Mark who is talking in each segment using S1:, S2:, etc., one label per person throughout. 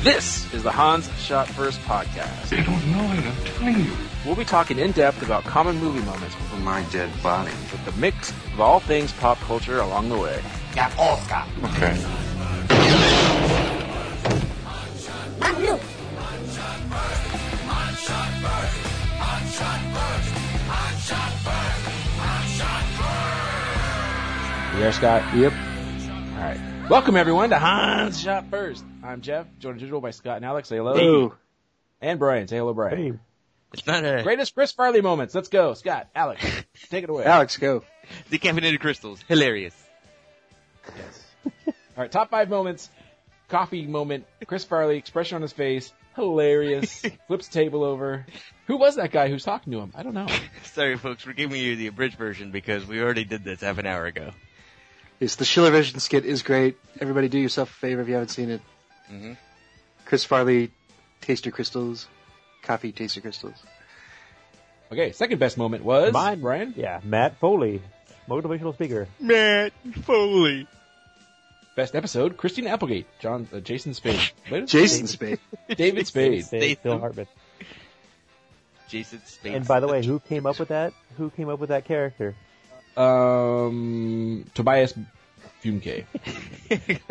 S1: This is the Hans Shot First podcast.
S2: They don't know it, I'm telling you.
S1: We'll be talking in depth about common movie moments
S3: for my dead body.
S1: with the mix of all things pop culture along the way.
S4: Yeah, Oscar.
S2: Okay.
S1: You there, Scott? Yep. All right. Welcome everyone to Hans Shot First. I'm Jeff, joined as usual by Scott and Alex. Say hello. And Brian. Say hello, Brian.
S5: It's not a.
S1: Greatest Chris Farley moments. Let's go, Scott, Alex. take it away.
S3: Alex, go.
S5: Decaffeinated crystals. Hilarious.
S1: All right, top five moments. Coffee moment. Chris Farley, expression on his face. Hilarious. Flips the table over. Who was that guy who's talking to him? I don't know.
S5: Sorry, folks, we're giving you the abridged version because we already did this half an hour ago.
S3: Yes, the Schiller Vision skit is great. Everybody do yourself a favor if you haven't seen it.
S5: Mhm.
S3: Chris Farley, Taster Crystals, Coffee Taster Crystals.
S1: Okay, second best moment was
S6: Mine.
S1: Brian.
S6: Yeah, Matt Foley, motivational speaker.
S5: Matt Foley.
S1: Best episode: Christine Applegate, John, uh, Jason Spade, Wait,
S3: Jason Spade.
S1: David Spade.
S6: Say Phil
S5: Statham.
S6: Hartman.
S5: Jason Spade.
S6: And by the way, who came up with that? Who came up with that character?
S1: Um, Tobias Fumke.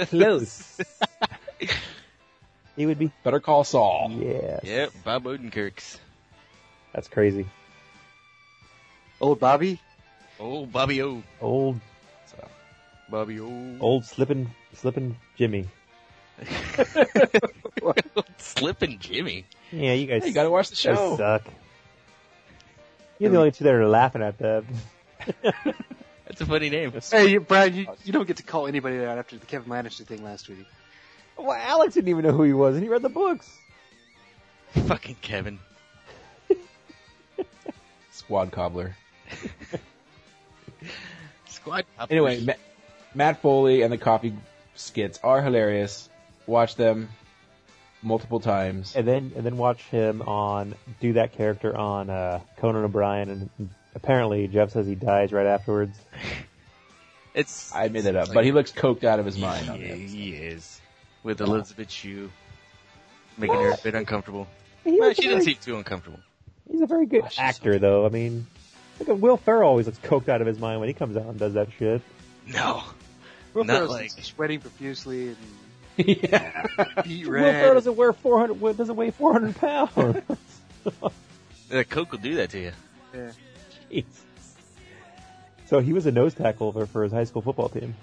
S6: Close. he would be.
S1: Better call Saul.
S6: Yeah,
S5: Yep, Bob Odenkirk's.
S6: that's crazy.
S3: Old Bobby.
S5: Oh, Bobby O.
S6: Old,
S1: So,
S5: Bobby O.
S6: old slippin', slippin' Jimmy.
S5: Slippin' Jimmy.
S6: Yeah, you guys,
S1: hey, you gotta watch the
S6: you guys
S1: show.
S6: suck. You're the only two that are laughing at that.
S5: That's a funny name.
S3: Hey, you, Brian, you, you don't get to call anybody out after the Kevin Lannister thing last week.
S6: Well, Alex didn't even know who he was, and he read the books.
S5: Fucking Kevin.
S1: Squad cobbler.
S5: Squad. Hoppers.
S1: Anyway, Ma- Matt Foley and the coffee skits are hilarious. Watch them multiple times.
S6: And then, and then watch him on do that character on uh, Conan O'Brien, and apparently Jeff says he dies right afterwards.
S5: it's.
S1: I made that up,
S5: it's
S1: but
S5: like-
S1: he looks coked out of his mind.
S5: Yeah,
S1: On that.
S5: he is. With
S1: Oh.
S5: Elizabeth Shue. Making her a bit uncomfortable.
S6: He
S5: Well,
S6: was
S5: she
S6: very-
S5: doesn't seem too uncomfortable.
S6: He's a very good
S1: Gosh, he's
S6: actor, though. I mean, look at Will Ferrell always looks coked out of his mind when he comes out and does that shit.
S5: No.
S3: Will
S5: Not
S3: Ferrell's
S5: like-
S3: sweating profusely and
S1: yeah.
S3: beat
S6: Will Ferrell
S3: red.
S6: doesn't wear 400, wa- doesn't weigh 400 pounds.
S5: The Coke will do that to you.
S3: Yeah.
S6: Jeez. So he was a nose tackle for, for his high school football team.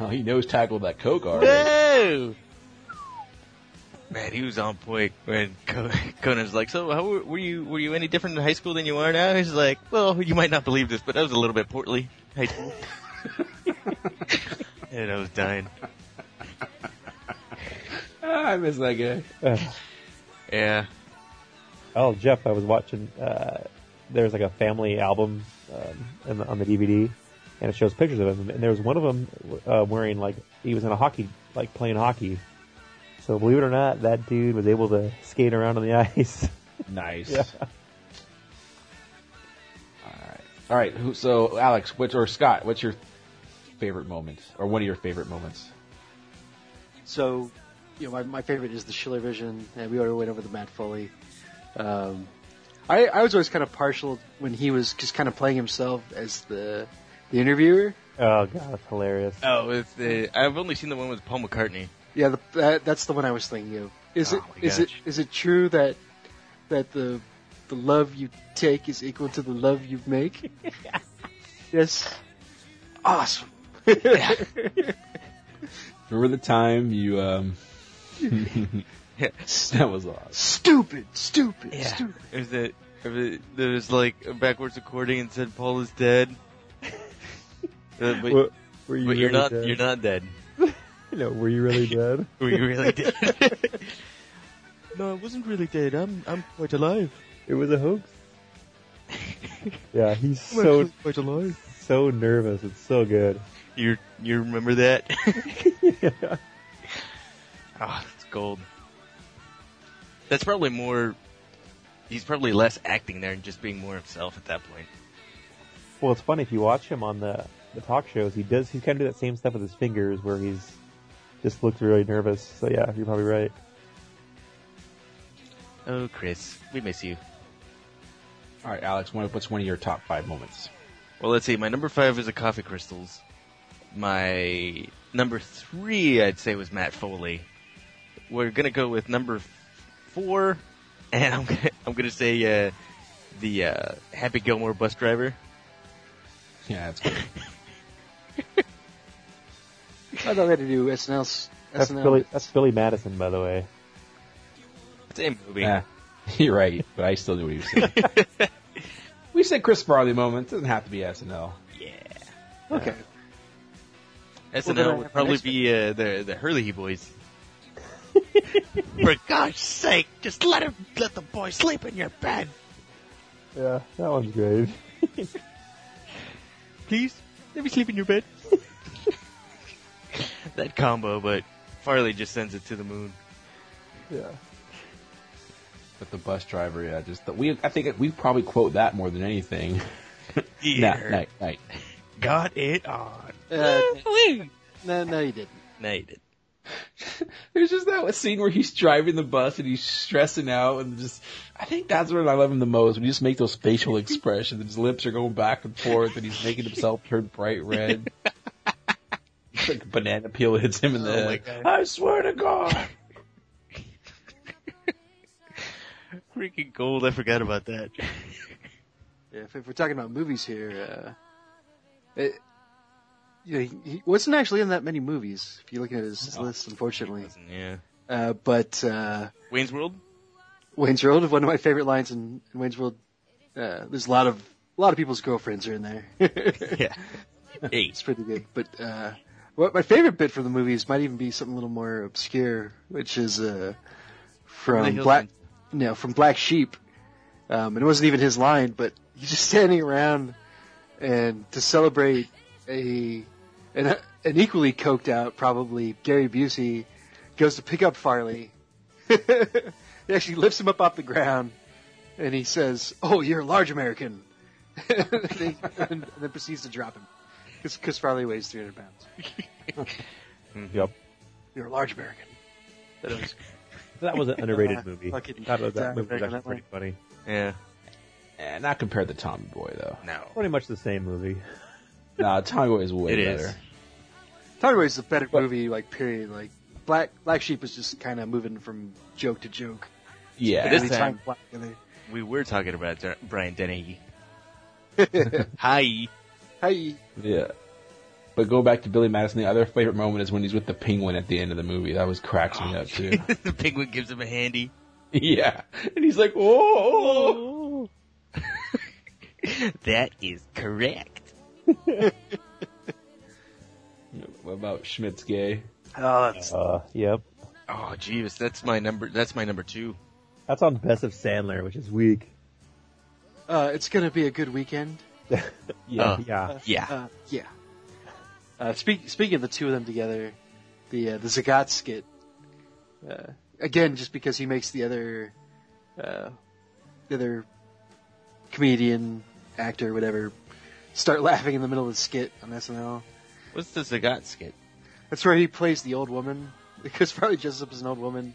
S1: Oh, he knows tackled that coke already.
S5: No! Man, he was on point when Co- Conan's like, "So, how were, were you? Were you any different in high school than you are now?" He's like, "Well, you might not believe this, but I was a little bit portly." High school. and I was dying.
S1: Ah, I miss that guy.
S6: Uh,
S5: Yeah.
S6: oh, Jeff, I was watching, uh, there was like a family album um, in the, on the DVD, and it shows pictures of him. And there was one of them uh, wearing like, he was in a hockey, like playing hockey. So believe it or not, that dude was able to skate around on the ice.
S1: Nice.
S6: Yeah.
S1: All right. Who, so, Alex, which or Scott, what's your favorite moment, or one of your favorite moments?
S3: So, you know, my, my favorite is the Schiller Vision, and we already went over the Matt Foley. Um, I, I was always kind of partial when he was just kind of playing himself as the the interviewer.
S6: Oh god, that's hilarious.
S5: Oh, it's the. I've only seen the one with Paul McCartney.
S3: Yeah, the, that, that's the one I was thinking of. Is
S5: Oh
S3: it
S5: my
S3: is it
S5: gosh.
S3: is it true that that the the love you take is equal to the love you make? yes. Awesome.
S1: Remember the time you um. that was awesome.
S3: Stupid, stupid,
S5: Yeah.
S3: stupid.
S5: It was the. it was- There was like a backwards recording and said Paul is dead. Uh, but,
S6: Were- were you
S5: but you're
S6: really
S5: not.
S6: dead?
S5: You're not dead.
S6: No, were you really dead?
S5: We really did. no, I wasn't really dead. I'm I'm quite alive.
S6: It was a hoax. yeah, he's
S5: I'm
S6: so
S5: actually quite alive.
S6: so nervous. It's so good.
S5: You you remember that? Ah, it's gold. That's probably more. He's probably less acting there and just being more himself at that point.
S6: Well, it's funny if you watch him on the the talk shows. He does. He's kind of do that same stuff with his fingers, where he's just looks really nervous. So yeah, you're probably right.
S5: Oh, Chris, we miss you.
S1: All right, Alex, what- what's one of your top five moments?
S5: Well, let's see. My number five is the coffee crystals. My number three, I'd say, was Matt Foley. We're gonna go with number f- four, and I'm gonna, I'm gonna say uh, the uh, Happy Gilmore bus driver.
S1: Yeah, that's good.
S3: I thought we had to do SNL's
S6: That's
S3: SNL.
S6: Billy. That's Billy Madison, by the way.
S5: Same movie.
S1: yeah, you're right, but I still do what you said. we said Chris Farley moment. It doesn't have to be SNL.
S3: Okay.
S5: SNL
S3: then I have
S5: would
S3: an
S5: probably
S3: extra.
S5: be uh, the the Hurley boys. For God's sake, just let him let the boy sleep in your bed,
S6: Yeah, that one's great.
S5: please. Let me sleep in your bed. that combo, but Farley just sends it to the moon.
S6: Yeah.
S1: But the bus driver, yeah, just the, we. I think we probably quote that more than anything.
S5: Yeah,
S1: Night, night, night.
S5: got it on.
S3: Uh, no, no, you didn't.
S5: Night.
S1: There's just that scene where he's driving the bus and he's stressing out and just, I think that's what I love him the most when you just make those facial expressions. His lips are going back and forth and he's making himself turn bright red. It's like a banana peel hits him in the
S5: Oh my
S1: head.
S5: God.
S1: I swear to God.
S5: Freaking gold! I forgot about that.
S3: If, if we're talking about movies here, uh, it, you know, he, he wasn't actually in that many movies. If you're looking at his list, unfortunately,
S5: yeah.
S3: uh, but uh,
S5: Wayne's World.
S3: Wayne's World, one of my favorite lines in, in Wayne's World. Uh, there's a lot of a lot of people's girlfriends are in there.
S5: Yeah.
S3: it's
S5: Eight.
S3: pretty good. But uh, what my favorite bit from the movies might even be something a little more obscure, which is uh,
S5: The
S3: from
S5: Hills
S3: Black, no, from Black Sheep. Um, and it wasn't even his line, but he's just standing around and to celebrate a an, an equally coked out probably Gary Busey goes to pick up Farley. he actually lifts him up off the ground and he says, "Oh, you're a large American," and, then, and then proceeds to drop him because Farley weighs 300 pounds.
S5: Mm-hmm.
S6: Yep.
S3: You're a large American.
S6: That was an underrated movie.
S3: Fucking-
S6: God, that
S3: Exactly.
S6: movie was actually
S3: That one.
S6: pretty funny.
S5: Yeah.
S1: And Eh, not compared to Tommy Boy though.
S5: No.
S6: Pretty much the same movie.
S1: Nah, Tommy Boy is way
S5: It is.
S1: better.
S3: Tommy Boy's a better movie, like period. Like Black Black Sheep is just kind of moving from joke to joke.
S1: Yeah.
S5: It is.
S3: Every
S5: time-
S3: time Black- and they-
S5: We were talking about Der- Brian Dennehy. Hi.
S3: Hey,
S1: Yeah. But go back to Billy Madison. The other favorite moment is when he's with the penguin at the end of the movie. That always cracks
S5: Oh,
S1: me up too.
S5: the penguin gives him a handy.
S1: yeah. And he's like, oh. oh."
S5: That is correct.
S1: What about Schmidt's gay?
S3: oh, that's
S6: Uh, yep.
S5: Oh, Jeeves, that's my number. That's my number two.
S6: That's on Best of Sandler, which is weak.
S3: Uh, it's gonna be a good weekend.
S6: Yeah.
S5: Uh.
S6: yeah.
S5: Yeah.
S3: Uh, yeah. Uh, speak, speaking of the two of them together, the uh, the Zagat skit. Uh, again, just because he makes the other, uh, the other comedian, actor, whatever, start laughing in the middle of the skit on SNL.
S5: What's the Zagat skit?
S3: That's where he plays the old woman because probably dresses up as an old woman.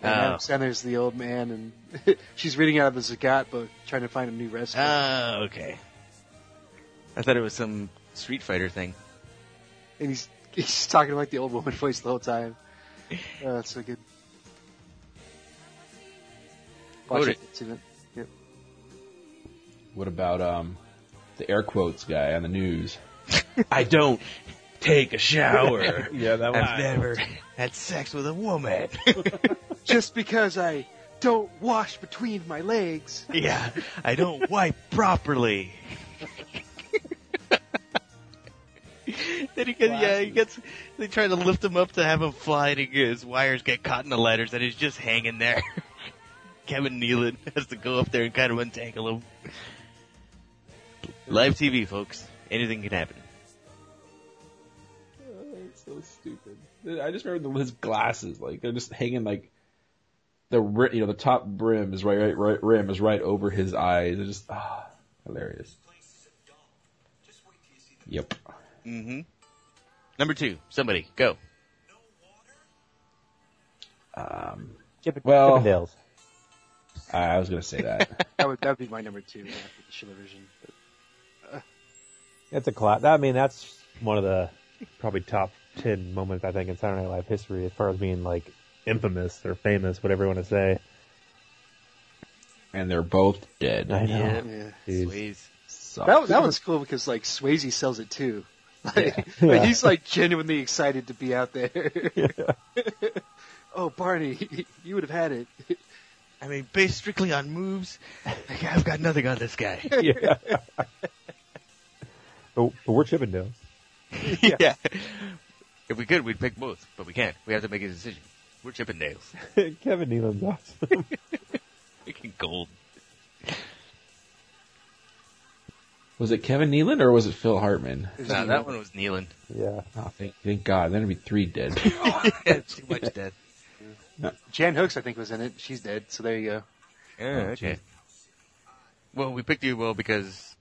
S3: And
S5: Oh.
S3: Adam Sandler's the old man, and she's reading out of the Zagat book, trying to find a new recipe.
S1: Ah,
S5: Oh, okay. I thought it was some Street Fighter thing.
S3: and he's he's talking like the old woman voice the whole time. Oh, that's so good. Watch
S5: Load
S3: it. It's in it.
S1: What about um the air quotes guy on the news? I don't take a shower. yeah, that was
S5: I've never had sex with a woman.
S3: Just because I don't wash between my legs.
S5: yeah, I don't wipe properly. then he gets, yeah, he gets. They try to lift him up to have him fly, and he- his wires get caught in the ladders, and he's just hanging there. Kevin Nealon has to go up there and kind of untangle him. Live TV, folks. Anything can happen.
S1: It's so stupid. I just remember the, his glasses, like they're just hanging like the ri- you know the top brim is right, right, right rim is right over his eyes. It's just ah, hilarious. Yep.
S5: Mm-hmm. Number two, somebody go.
S1: Well,
S6: Chippendales.
S1: I was gonna say that.
S3: That would that would be my number two yeah, after the Shiller version. But
S6: It's a class. I mean, that's one of the probably top ten moments I think in Saturday Night Live history, as far as being like infamous or famous, whatever you want to say.
S1: and they're both dead.
S6: I know.
S5: Yeah.
S3: yeah.
S6: Jeez.
S5: Sways.
S1: Sucks.
S3: That, that one's cool because like Swayze sells it too. Like,
S6: Yeah.
S3: like, he's like genuinely excited to be out there. oh, Barney, you would have had it.
S5: I mean, based strictly on moves, like, I've got nothing on this guy.
S6: yeah. but, Oh, but we're Chippendales.
S5: yeah. If we could, we'd pick both, but we can't. We have to make a decision. We're Chippendales.
S6: Kevin Nealon's awesome.
S5: Making gold.
S1: Was it Kevin Nealon or was it Phil Hartman?
S5: Nah, that one was kneeling.
S6: yeah.
S1: Oh, thank, thank God. Then it'd be three dead.
S5: That's too much dead.
S3: Jan Hooks, I think, was in it. She's dead, so there you go.
S5: Yeah, okay. Well, we picked you, Will, because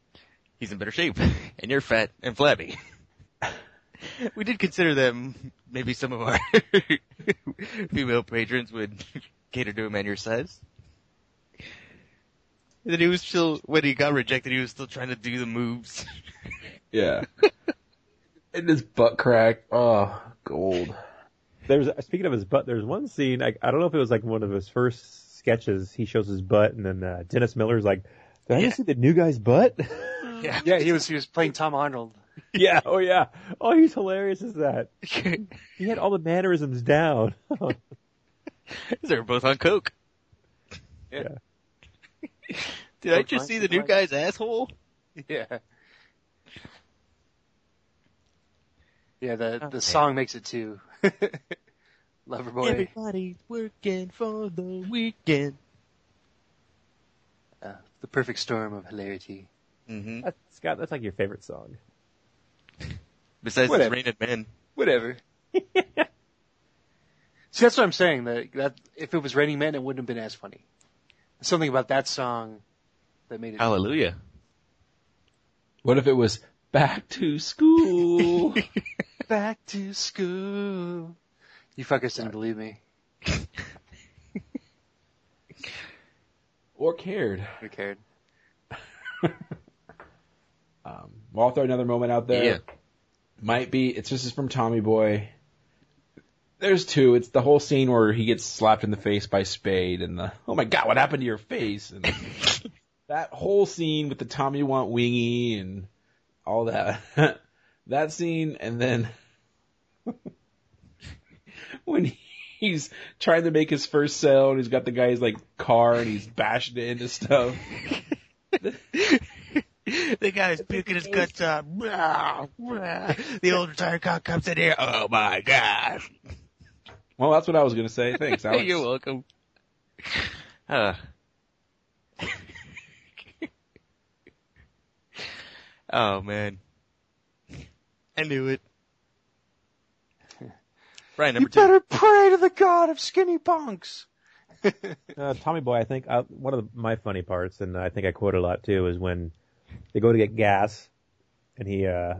S5: he's in better shape, and you're fat and flabby. we did consider that m- maybe some of our female patrons would cater to a man your size. And then he was still, when he got rejected, he was still trying to do the moves.
S1: yeah. and his butt crack. Oh, gold.
S6: There's speaking of his butt. There's one scene. I, I don't know if it was like one of his first sketches. He shows his butt, and then uh, Dennis Miller's like, "Did I just see the new guy's butt?"
S5: yeah.
S3: Yeah, he was he was playing Tom Arnold.
S6: yeah. Oh yeah. Oh, he's hilarious. Is that
S5: Because
S6: he had all the mannerisms down. Oh,
S5: they were both on coke.
S6: Yeah.
S5: Did I just see the new guy's asshole?
S3: Yeah. Yeah, the
S5: Oh,
S3: the song makes it too. Loverboy.
S5: Everybody's working for the weekend.
S3: Uh, the perfect storm of hilarity.
S5: hmm
S6: that's, Scott, that's like your favorite song.
S5: Besides his
S3: Whatever.
S5: reign of men.
S3: Whatever. See, that's what I'm saying. That that if it was Raining Men, it wouldn't have been as funny. Something about that song that made it.
S5: Hallelujah.
S1: What if it was back to school?
S3: Back to school. You fuckers didn't believe me.
S1: or cared.
S3: Who cared?
S1: Well, I'll throw another moment out there.
S5: Yeah.
S1: Might be. It's just from Tommy Boy. There's two. It's the whole scene where he gets slapped in the face by Spade and the, oh my god, what happened to your face? And that whole scene with the Tommy want wingy and all that. that scene and then when he's trying to make his first sale and he's got the guy's like car and he's bashing it into stuff.
S5: The guy's puking his guts out. Blah, blah. The old retired cop comes in here. Oh my gosh.
S1: Well, that's what I was going to say. Thanks, Alex.
S5: You're welcome. Uh. oh man. I knew it. Right, number two.
S3: pray to the god of skinny bonks.
S6: Uh, Tommy Boy, I think uh, one of my funny parts, and I think I quote a lot too, is when they go to get gas, and he uh,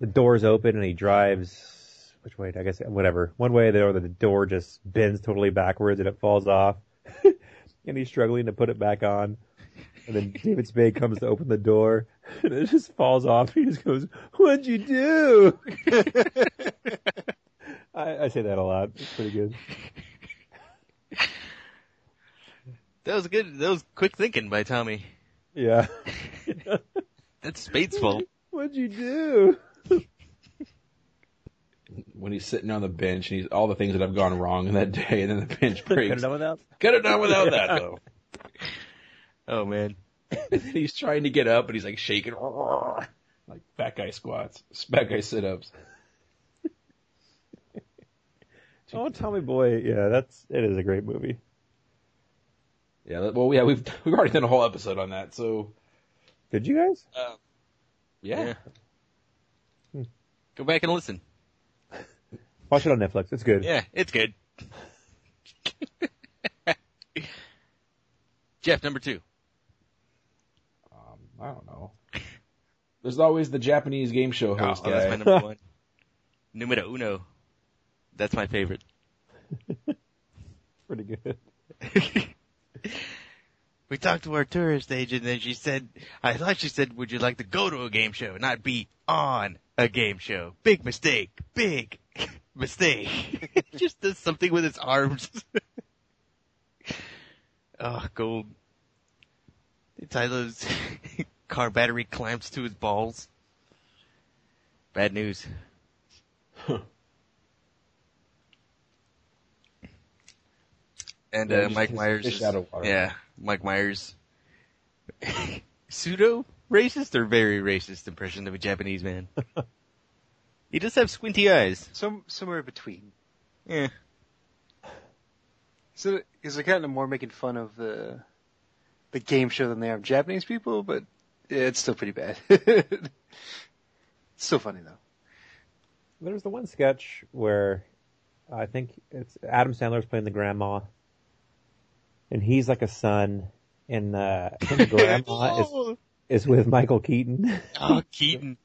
S6: the door's open, and he drives which way? I guess whatever one way or the door just bends totally backwards, and it falls off, and he's struggling to put it back on, and then David Spade comes to open the door, and it just falls off. He just goes, "What'd you do?" I, I say that a lot. It's pretty good.
S5: That was good. That was quick thinking by Tommy.
S6: Yeah.
S5: That's Spade's fault.
S6: What'd you do?
S1: when he's sitting on the bench and he's all the things that have gone wrong in that day and then the bench breaks.
S6: without.
S1: Could have done without that though.
S5: Oh man.
S1: And then he's trying to get up and he's like shaking. Like fat guy squats, fat guy sit ups.
S6: Oh, Tommy Boy. Yeah, that's it. Is a great movie.
S1: Yeah, that- well, yeah, we've we've already done a whole episode on that, so
S6: Did you guys?
S5: Uh,
S1: yeah.
S5: Yeah.
S1: Hmm.
S5: Go back and listen.
S6: Watch it on Netflix. It's good.
S5: Yeah, it's good. Jeff, number two.
S1: I don't know. There's always the Japanese game show host
S5: Oh,
S1: guy.
S5: that's my number one. Numero uno. That's my favorite.
S6: Pretty good.
S5: we talked to our tourist agent and she said, I thought she said, would you like to go to a game show, not be on a game show? Big mistake. Big mistake. Just does something with its arms. oh, gold. Tyler's car battery clamps to his balls. Bad news. And
S7: Yeah,
S5: uh,
S7: just
S5: Mike
S7: his
S5: Myers.
S7: fish
S5: is-
S7: out of water.
S5: Yeah, Mike Myers. Pseudo racist or very racist impression of a Japanese man. he does have squinty eyes.
S3: Some somewhere between.
S5: Yeah.
S3: So is they're kind of more making fun of the the game show than they are of Japanese people, but yeah, it's still pretty bad. it's still funny though.
S6: There's the one sketch where I think it's Adam Sandler's playing the grandma, and he's like a son, and uh, I think the grandma is
S5: oh,
S6: is with Michael Keaton.
S5: oh, Keaton.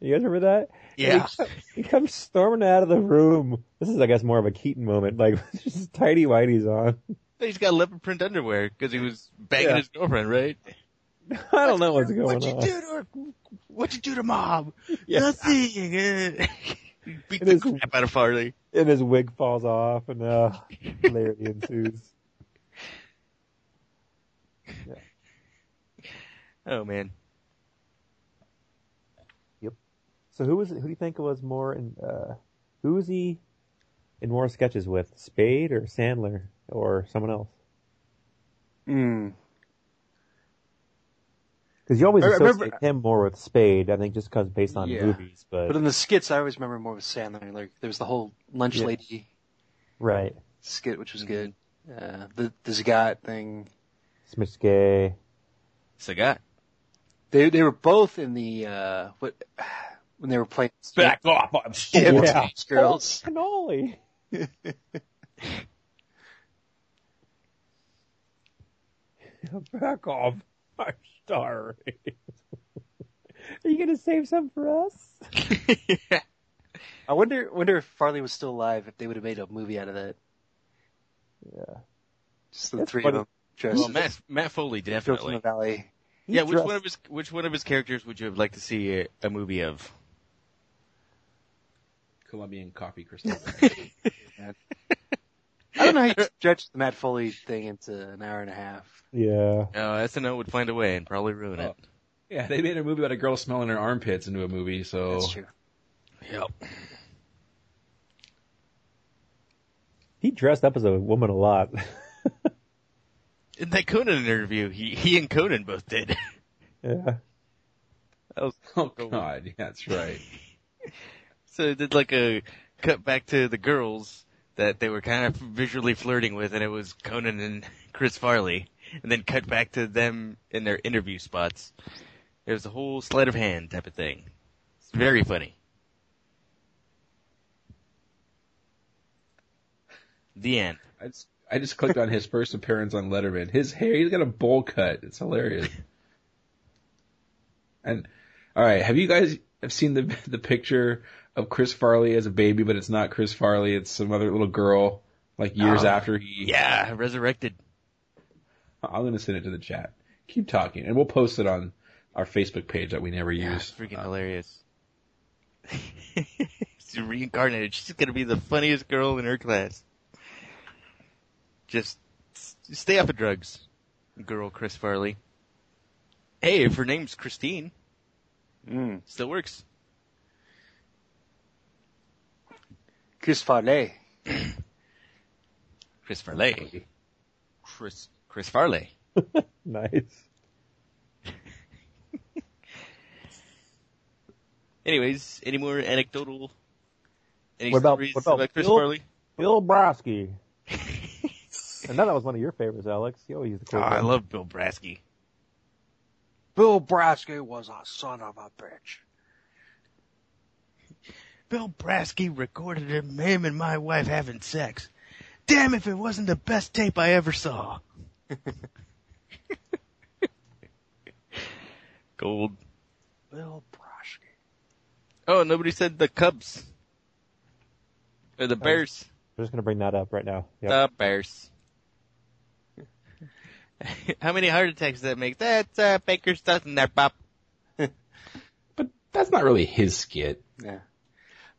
S6: you guys remember that?
S5: Yeah.
S6: He comes storming out of the room. This is, I guess, more of a Keaton moment. Like, just tidy whities on.
S5: He's got leopard print underwear because he was banging
S6: Yeah.
S5: his girlfriend, right?
S6: I don't know what's going
S5: What'd you
S6: on.
S5: do to her? What'd you do to mom?
S6: uh, Yeah.
S5: Nothing. eh. he beat
S6: It
S5: the
S6: is-
S5: crap out of Farley.
S6: And his wig falls off, and uh, hilarity ensues.
S5: Oh man.
S6: So who was who do you think was more in uh who was he in more sketches with? Spade or Sandler or someone else?
S3: Mm.
S6: Because you always
S3: I
S6: associate
S3: remember-
S6: him more with Spade, I think, just because based on
S3: Yeah.
S6: movies. But,
S3: But in the skits, I always remember more with Sandler. Like there was the whole lunch
S6: Yeah. Mm-hmm.
S3: lady
S6: right,
S3: skit, which was good. Uh, the the Zagat thing.
S6: Smithskey.
S5: Sagat.
S3: They they were both in the uh what when they were playing
S7: Back off! I'm still
S3: Yeah, the
S6: Yeah.
S3: Teenage girls.
S6: Cannoli. Back off! I'm starving. Are you gonna save some for us?
S3: I wonder wonder if Farley was still alive if they would have made a movie out of that.
S6: Yeah.
S3: Just the
S6: That's
S3: three
S6: funny.
S3: of them dressed
S5: Well,
S3: as
S5: Matt, Matt Foley
S3: Joe from the
S5: definitely.
S3: Valley.
S6: He
S5: Yeah, which
S6: dressed-
S5: one of his which one of his characters would you have liked to see a, a movie of?
S7: Colombian coffee crystal.
S3: I don't know how you stretch the Matt Foley thing into an hour and a half.
S6: Yeah.
S5: No, SNL would find a way and probably ruin it.
S7: yeah, they made a movie about a girl smelling her armpits into a movie, so
S3: That's true.
S5: Yep.
S6: He dressed up as a woman a lot.
S5: In that Conan interview, he he and Conan both did.
S6: yeah.
S5: That was-
S7: Oh god, yeah, that's right.
S5: so it did like a cut back to the girls that they were kind of visually flirting with, and it was Conan and Chris Farley, and then cut back to them in their interview spots. It was a whole sleight of hand type of thing. It's very funny. The end.
S7: I just, I just clicked on his first appearance on Letterman. His hair, he's got a bowl cut. It's hilarious. and all right, have you guys have seen the the picture of Chris Farley as a baby, but it's not Chris Farley. It's some other little girl. Like years
S5: Oh.
S7: after he,
S5: Yeah, resurrected.
S7: I'm gonna send it to the chat. Keep talking, and we'll post it on our Facebook page that we never
S5: Yeah, it's
S7: use. Uh,
S5: freaking hilarious. She's reincarnated. She's gonna be the funniest girl in her class. Just s- stay off of drugs, girl Chris Farley. Hey, if her name's Christine,
S3: Mm.
S5: still works.
S3: Chris Farley.
S5: Chris Farley. Chris Chris Farley.
S6: Nice.
S5: Anyways, any more anecdotal? Any
S6: What about-
S5: stories
S6: what about
S5: Chris
S6: Bill?
S5: Farley?
S6: Bill Brosky. I know that was one of your favorites, Alex. You always used to
S5: Oh,
S6: quote
S5: I
S6: him.
S5: love Bill Brasky.
S3: Bill Brasky was a son of a bitch.
S5: Bill Brasky recorded him, him and my wife having sex. Damn if it wasn't the best tape I ever saw. Gold.
S3: Bill Brasky.
S5: Oh, nobody said the Cubs. Or the Bears.
S6: Uh, We're just gonna bring that up right now. Yep.
S5: The Bears. How many heart attacks does that make? That's uh, Baker's dozen there, Pop.
S7: But that's not really his skit.
S3: Yeah.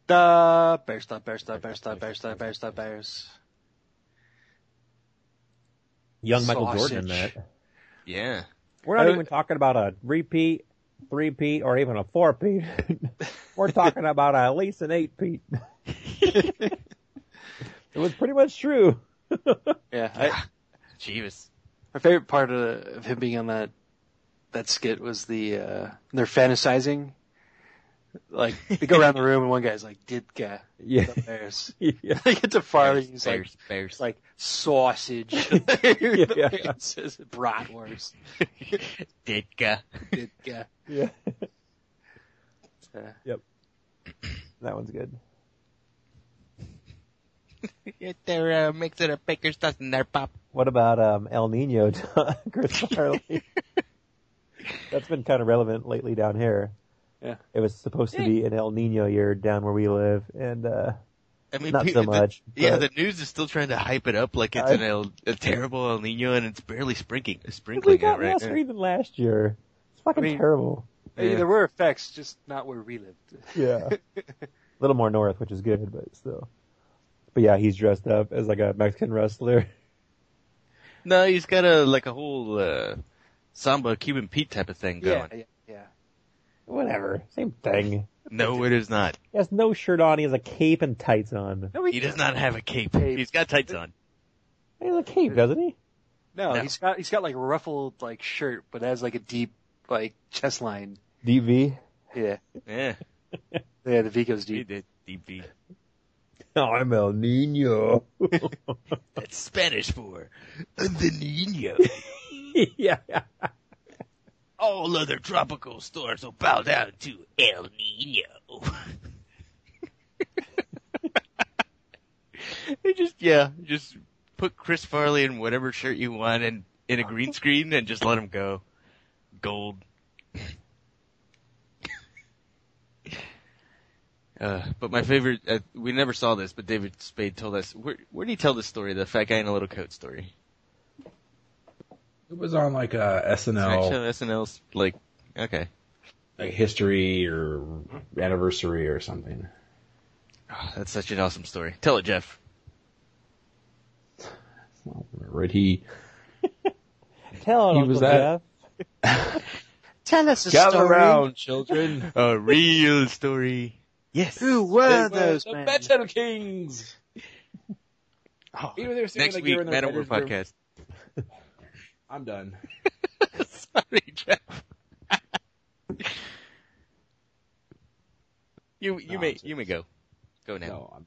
S3: The bears, the bears, the bears, the bears, the bears, the bears.
S6: Young Michael Jordan in
S3: Sausage.
S6: that.
S5: Yeah.
S6: We're not
S3: Uh,
S6: even talking about a repeat, three peat, or even a four peat. We're talking about at least an eight peat. it was pretty much true.
S3: Yeah. I,
S5: Jeeves.
S3: my favorite part of, of him being on that that skit was the uh they're fantasizing. Like they go around the room and one guy's like, "Ditka,
S6: Yeah.
S3: the bears."
S6: yeah.
S3: they get to Farley, he's
S5: Bears,
S3: like,
S5: bears, bears.
S3: It's like sausage. the
S6: yeah,
S3: man
S6: yeah.
S3: says bratwurst.
S5: Ditka.
S3: It, yeah.
S6: Yeah.
S3: Yeah.
S6: Yep. That one's good.
S5: Get there, uh, mix it up, Baker's dozen there, Pop.
S6: What about um, El Nino, Chris Farley? That's been kind of relevant lately down here.
S3: Yeah.
S6: It was supposed to be an El Nino year down where we live, and uh,
S5: I mean,
S6: Not
S5: pe-
S6: so
S5: the-
S6: much,
S5: yeah,
S6: but-
S5: the news is still trying to hype it up like it's
S6: I-
S5: an El, a terrible El Nino, and it's barely sprinkling.
S6: we
S5: Sprinkling it
S6: got
S5: right
S6: less
S5: now.
S6: rain than last year. It's fucking
S3: I mean-
S6: terrible.
S3: Hey, There were effects, just not where we lived.
S6: Yeah. a little more north, which is good, but still. But yeah, he's dressed up as like a Mexican wrestler.
S5: No, he's got a like a whole uh, samba Cuban Pete type of thing
S3: Yeah,
S5: going.
S3: yeah, yeah.
S6: Whatever. Same thing.
S5: No, it is not.
S6: He has no shirt on. He has a cape and tights on.
S3: No,
S5: He does not have a cape.
S3: Cape.
S5: He's got tights on.
S6: He has a cape, doesn't he?
S3: No,
S5: No.
S3: he's got he's got like a ruffled like shirt, but it has like a deep like chest line.
S6: DV.
S3: Yeah,
S5: Yeah,
S3: yeah. The V goes
S5: he
S3: deep.
S5: did DP.
S6: I'm El Nino.
S5: That's Spanish for the Nino.
S6: yeah.
S5: All other tropical stores will bow down to El Nino. they just yeah, just put Chris Farley in whatever shirt you want and in a green screen and just let him go. Gold. Uh, but my favorite, uh, we never saw this, but David Spade told us, where, where did he tell this story, the fat guy in a little coat story?
S7: It was on like uh, a SNL,
S5: Actually, SNL's like, okay.
S7: like history or anniversary or something.
S5: Oh, that's such an awesome story. Tell it, Jeff.
S7: Well, right? He
S6: Tell it,
S7: He
S6: Uncle
S7: was at-
S6: Jeff.
S3: Tell us a
S7: gather
S3: story.
S7: around, children.
S5: A real story. Yes.
S3: Who were
S7: They were
S3: those
S7: the
S3: men?
S7: Metal Kings.
S5: Oh,
S7: You know, they were singing
S5: next
S7: like they
S5: week,
S7: were in the
S5: Metal War
S7: writers' room.
S5: podcast.
S7: I'm done.
S5: Sorry, Jeff. you you
S7: No,
S5: may
S7: I'm
S5: you may go. Go now.
S7: No, I'm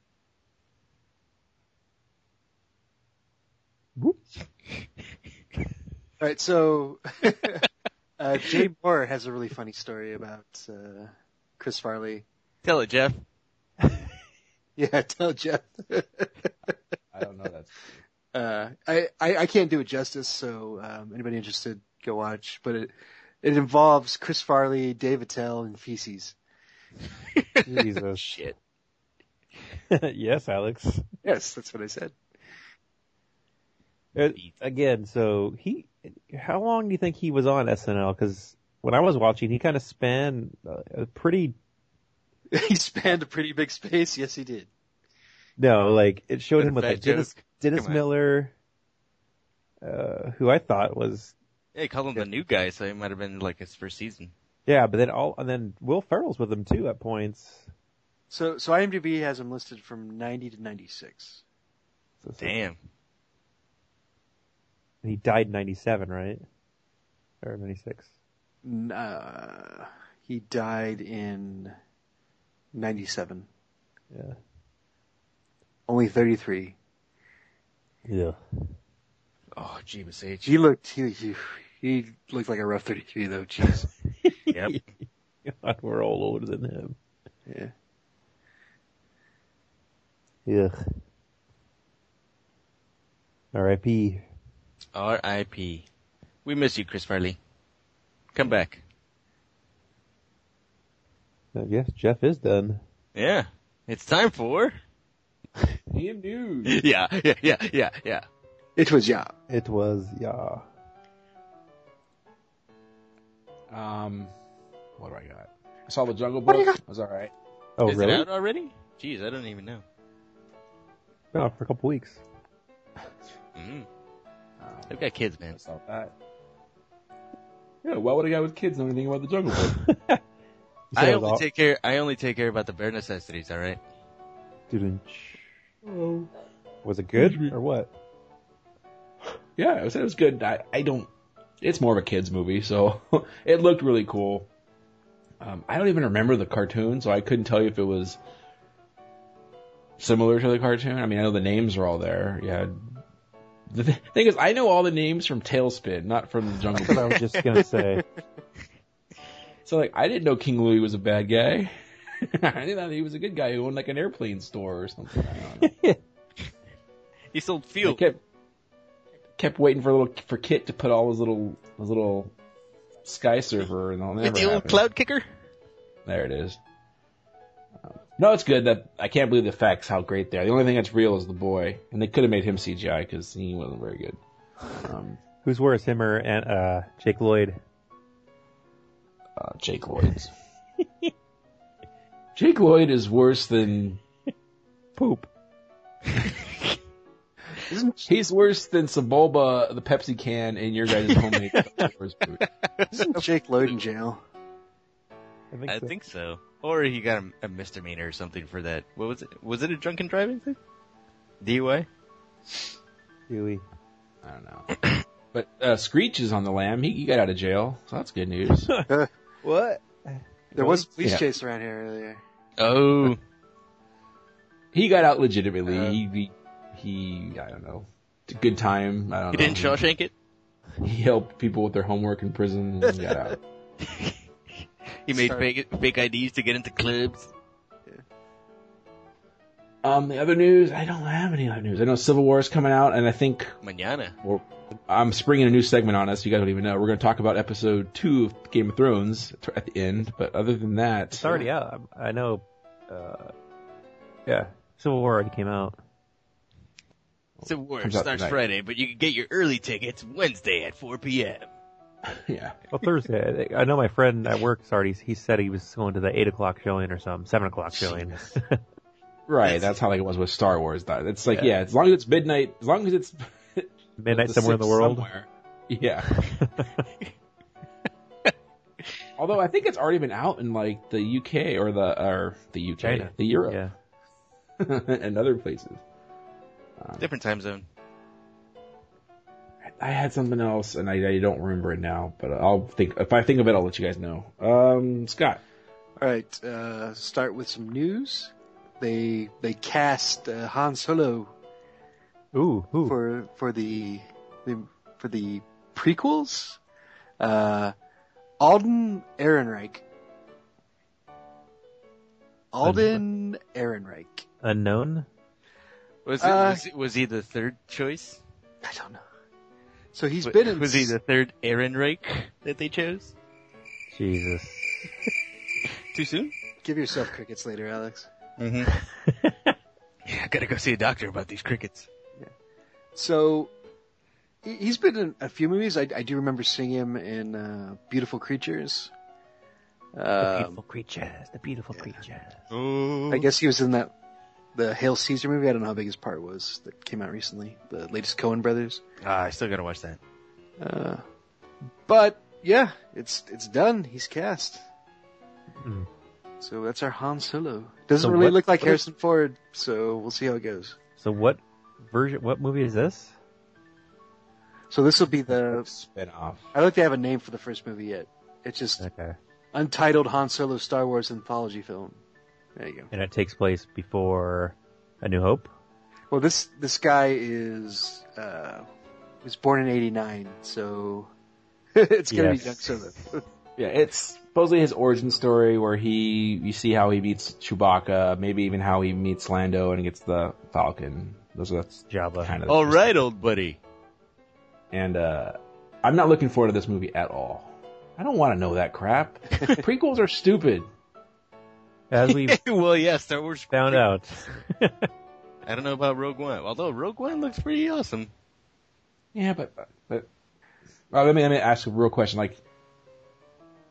S3: All right, so uh, Jay Moore has a really funny story about uh, Chris Farley.
S5: Tell it, Jeff.
S3: Yeah, tell Jeff.
S7: I don't know that.
S3: uh, I, I, I can't do it justice, so um, anybody interested, go watch. But it, it involves Chris Farley, Dave Attell, and feces.
S6: Jesus.
S5: Shit.
S6: yes, Alex.
S3: Yes, that's what I said.
S6: Uh, again, so he, how long do you think he was on SNL? Because when I was watching, he kind of span uh, a pretty
S3: he spanned a pretty big space. Yes, he did.
S6: No, like it showed him with
S5: Bad
S6: like Dennis
S5: joke.
S6: Dennis
S5: Come on.
S6: Miller, uh, who I thought was
S5: Hey, call him the new guy, so he might have been like his first season.
S6: yeah, but then all and then Will Ferrell's with him too at points.
S3: So so IMDb has him listed from 90 to 96.
S6: So, so-
S5: Damn.
S6: and he died in '97, right? Or '96?
S3: N- Uh, he died in 97.
S6: Yeah.
S3: Only 33.
S6: Yeah.
S5: Oh, Jeebus H.
S3: He looked he he, he looked like a rough 33 though. Jeez.
S5: Yep.
S6: God, we're all older than him.
S3: Yeah.
S6: Yeah. R.I.P.
S5: R.I.P. We miss you, Chris Farley. Come back.
S6: I guess Jeff is done.
S5: Yeah. It's time for.
S7: Damn news.
S5: Yeah, yeah, yeah, yeah, yeah.
S3: It was yeah.
S6: It was yeah.
S7: Um, what do I got? I saw the Jungle
S3: What do
S7: Book.
S3: you
S7: I was all right.
S6: Oh,
S5: Is
S6: really?
S5: it out already? Jeez, I don't even know.
S6: No, for a couple weeks.
S5: Mm.
S7: Um,
S5: They've got kids, man.
S7: I saw that. Yeah, why would a guy with kids know anything about the Jungle Book?
S6: You said
S5: I
S6: it was
S5: only
S6: all-
S5: take care. I only take care about the bare necessities. All right.
S6: Doo-doo-ch. Oh. Was it good or what?
S7: yeah, I said it was good. I, I don't. It's more of a kids movie, so it looked really cool. Um, I don't even remember the cartoon, so I couldn't tell you if it was similar to the cartoon. I mean, I know the names are all there. Yeah. The th- thing is, I know all the names from Tailspin, not from the Jungle
S6: That's
S7: Book.
S6: what I was just gonna say.
S7: So like, I didn't know King Louie was a bad guy. I didn't know he was a good guy who owned like an airplane store or something. I don't know.
S5: He sold
S7: I
S5: fuel.
S7: kept kept waiting for little for Kit to put all his little his little sky surfer and all that.
S5: It's the old cloud kicker.
S7: There it is. Um, No, it's good. That I can't believe the facts. How great they are. The only thing that's real is the boy, and they could have made him CGI because he wasn't very good. Um,
S6: Who's worse, him or and uh, Jake Lloyd?
S7: uh, Jake Lloyd's. Jake Lloyd is worse than
S6: Poop.
S3: Isn't
S7: He's worse than Sebulba, the Pepsi can, in your guys' homemade Star Wars boot.
S3: isn't Jake Lloyd in jail?
S6: I think,
S5: I
S6: so.
S5: think so. Or he got a, a misdemeanor or something for that. What was it? Was it a drunken driving thing? DUI.
S6: Dewey.
S7: I don't know. But uh, Screech is on the lam. He, he got out of jail, so that's good news.
S6: What?
S3: There was a police
S7: Yeah.
S3: chase around here earlier.
S5: Oh,
S7: He got out legitimately.
S5: Uh,
S7: he, he, he, I don't know. It's a Good time. I don't
S5: he
S7: know.
S5: didn't Shawshank it.
S7: He helped people with their homework in prison and got out.
S5: He made
S3: Sorry.
S5: fake fake IDs to get into clubs.
S7: Um, the other news, I don't have any other news. I know Civil War is coming out, and I think
S5: Manana.
S7: I'm springing a new segment on us. You guys don't even know. We're going to talk about episode two of Game of Thrones at the end. But other than that,
S6: It's already out. I'm- I know. Uh, yeah, Civil War already came out.
S5: Civil War
S7: Comes out
S5: starts
S7: tonight.
S5: Friday, but you can get your early tickets Wednesday at 4 p.m.
S7: yeah.
S6: Well, Thursday. I think- I know my friend at work's already. He said he was going to the eight o'clock showing or some seven o'clock showing.
S7: Right, that's how like it was with Star Wars. That it's like yeah, as long as it's midnight, as long as it's
S6: Midnight
S7: the
S6: somewhere in the
S7: six
S6: world.
S7: somewhere. yeah. Although I think it's already been out in like the UK or the or the UK,
S6: China.
S7: the Europe,
S6: Yeah.
S7: and other places.
S5: Different time zone.
S7: I had something else, and I, I don't remember it now, but I'll think if I think of it, I'll let you guys know. Um, Scott,
S3: All right, uh, start with some news. They they cast uh, Han Solo
S6: Ooh, ooh.
S3: for for the, the for the prequels. Uh, Alden Ehrenreich. Alden Ehrenreich.
S6: unknown.
S5: Was, it,
S3: Uh,
S5: was, was he the third choice?
S3: I don't know. So he's
S5: Wa-
S3: been in
S5: was he the third Aaron Rake that they chose?
S6: Jesus.
S5: Too soon?
S3: Give yourself crickets later, Alex.
S5: Mm-hmm. yeah, I gotta go see a doctor about these crickets.
S3: So he- he's been in a few movies. I, I do remember seeing him in uh, Beautiful Creatures. Um,
S6: creatures. The beautiful creatures.
S5: Oh,
S3: I guess he was in that the Hail Caesar movie. I don't know how big his part was that came out recently. The latest Cohen brothers.
S5: Ah, I still gotta watch that.
S3: Uh, but yeah, it's it's done. He's cast.
S6: Hmm.
S3: So that's our Han Solo. Doesn't
S6: So
S3: really
S6: what-
S3: look like
S6: what is-
S3: Harrison Ford, so we'll see how it goes.
S6: So what version? What movie is this?
S3: So this will be the.
S7: spin off.
S3: I don't think they have a name for the first movie yet. It's just
S6: Okay.
S3: Untitled Han Solo Star Wars Anthology Film. There you go.
S6: And it takes place before A New Hope.
S3: Well, this this guy is uh, was born in '89, so it's gonna
S6: Yes.
S3: be Young Solo.
S7: Yeah, it's supposedly his origin story where he, you see how he meets Chewbacca, maybe even how he meets Lando and gets the Falcon. Those are that's
S6: Jabba.
S7: kind of
S5: All right, old buddy.
S7: And uh, I'm not looking forward to this movie at all. I don't want to know that crap. Prequels are stupid.
S6: As we
S5: well, yeah, Star Wars.
S6: found out.
S5: I don't know about Rogue One, although Rogue One looks pretty awesome.
S7: Yeah, but but well, let me let me ask a real question. Like,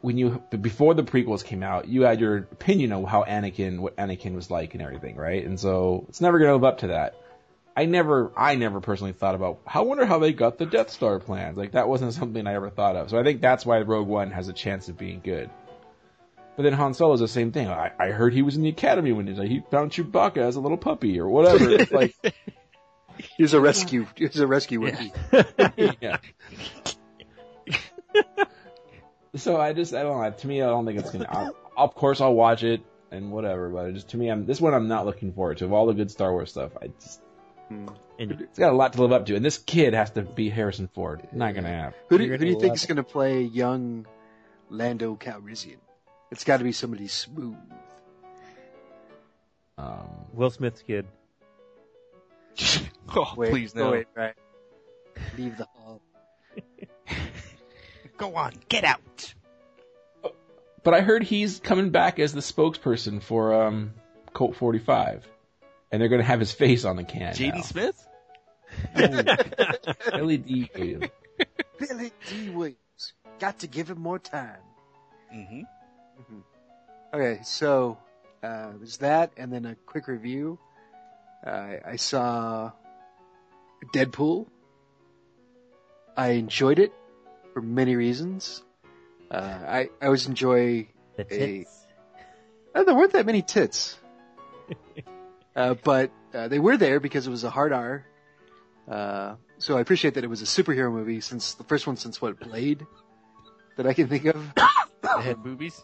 S7: when you before the prequels came out, you had your opinion on how Anakin, what Anakin was like, and everything, right? And so it's never going to live up to that. I never, I never personally thought about. I wonder how they got the Death Star plans. Like that wasn't something I ever thought of. So I think that's why Rogue One has a chance of being good. But then Han Solo is the same thing. I, I heard he was in the academy when he, was like, he found Chewbacca as a little puppy or whatever. It's like,
S3: Here's a rescue. Here's a rescue wiki.
S7: yeah. so I just, I don't know. To me, I don't think it's gonna. I'll, of course, I'll watch it and whatever. But it just to me, I'm this one. I'm not looking forward to. Of all the good Star Wars stuff, I just
S3: Hmm.
S5: And
S7: it's got a lot to live up to. And this kid has to be Harrison Ford. Not gonna happen.
S3: Who do,
S6: You're
S3: who do you
S6: gonna
S3: think
S6: love
S3: is going to play young Lando Calrissian? It's got to be somebody smooth.
S7: Um,
S6: Will Smith's kid.
S5: oh,
S3: Wait,
S5: please
S3: no.
S5: no.
S3: Wait, right. Leave the hall.
S5: Go on, get out.
S7: But I heard he's coming back as the spokesperson for um, Colt 45. And they're going to have his face on the can.
S5: Jaden Smith?
S7: now. LED. video.
S3: Billy D. Williams. Got to give him more time.
S5: Mm-hmm.
S3: Okay, so uh, there's that, and then a quick review. Uh, I saw Deadpool. I enjoyed it for many reasons. Uh, I I always enjoy.
S6: The
S3: tits. Uh, there weren't that many tits, uh, but uh, they were there because it was a hard R. Uh, so I appreciate that it was a superhero movie since the first one since what Blade that I can think of
S5: They had boobies.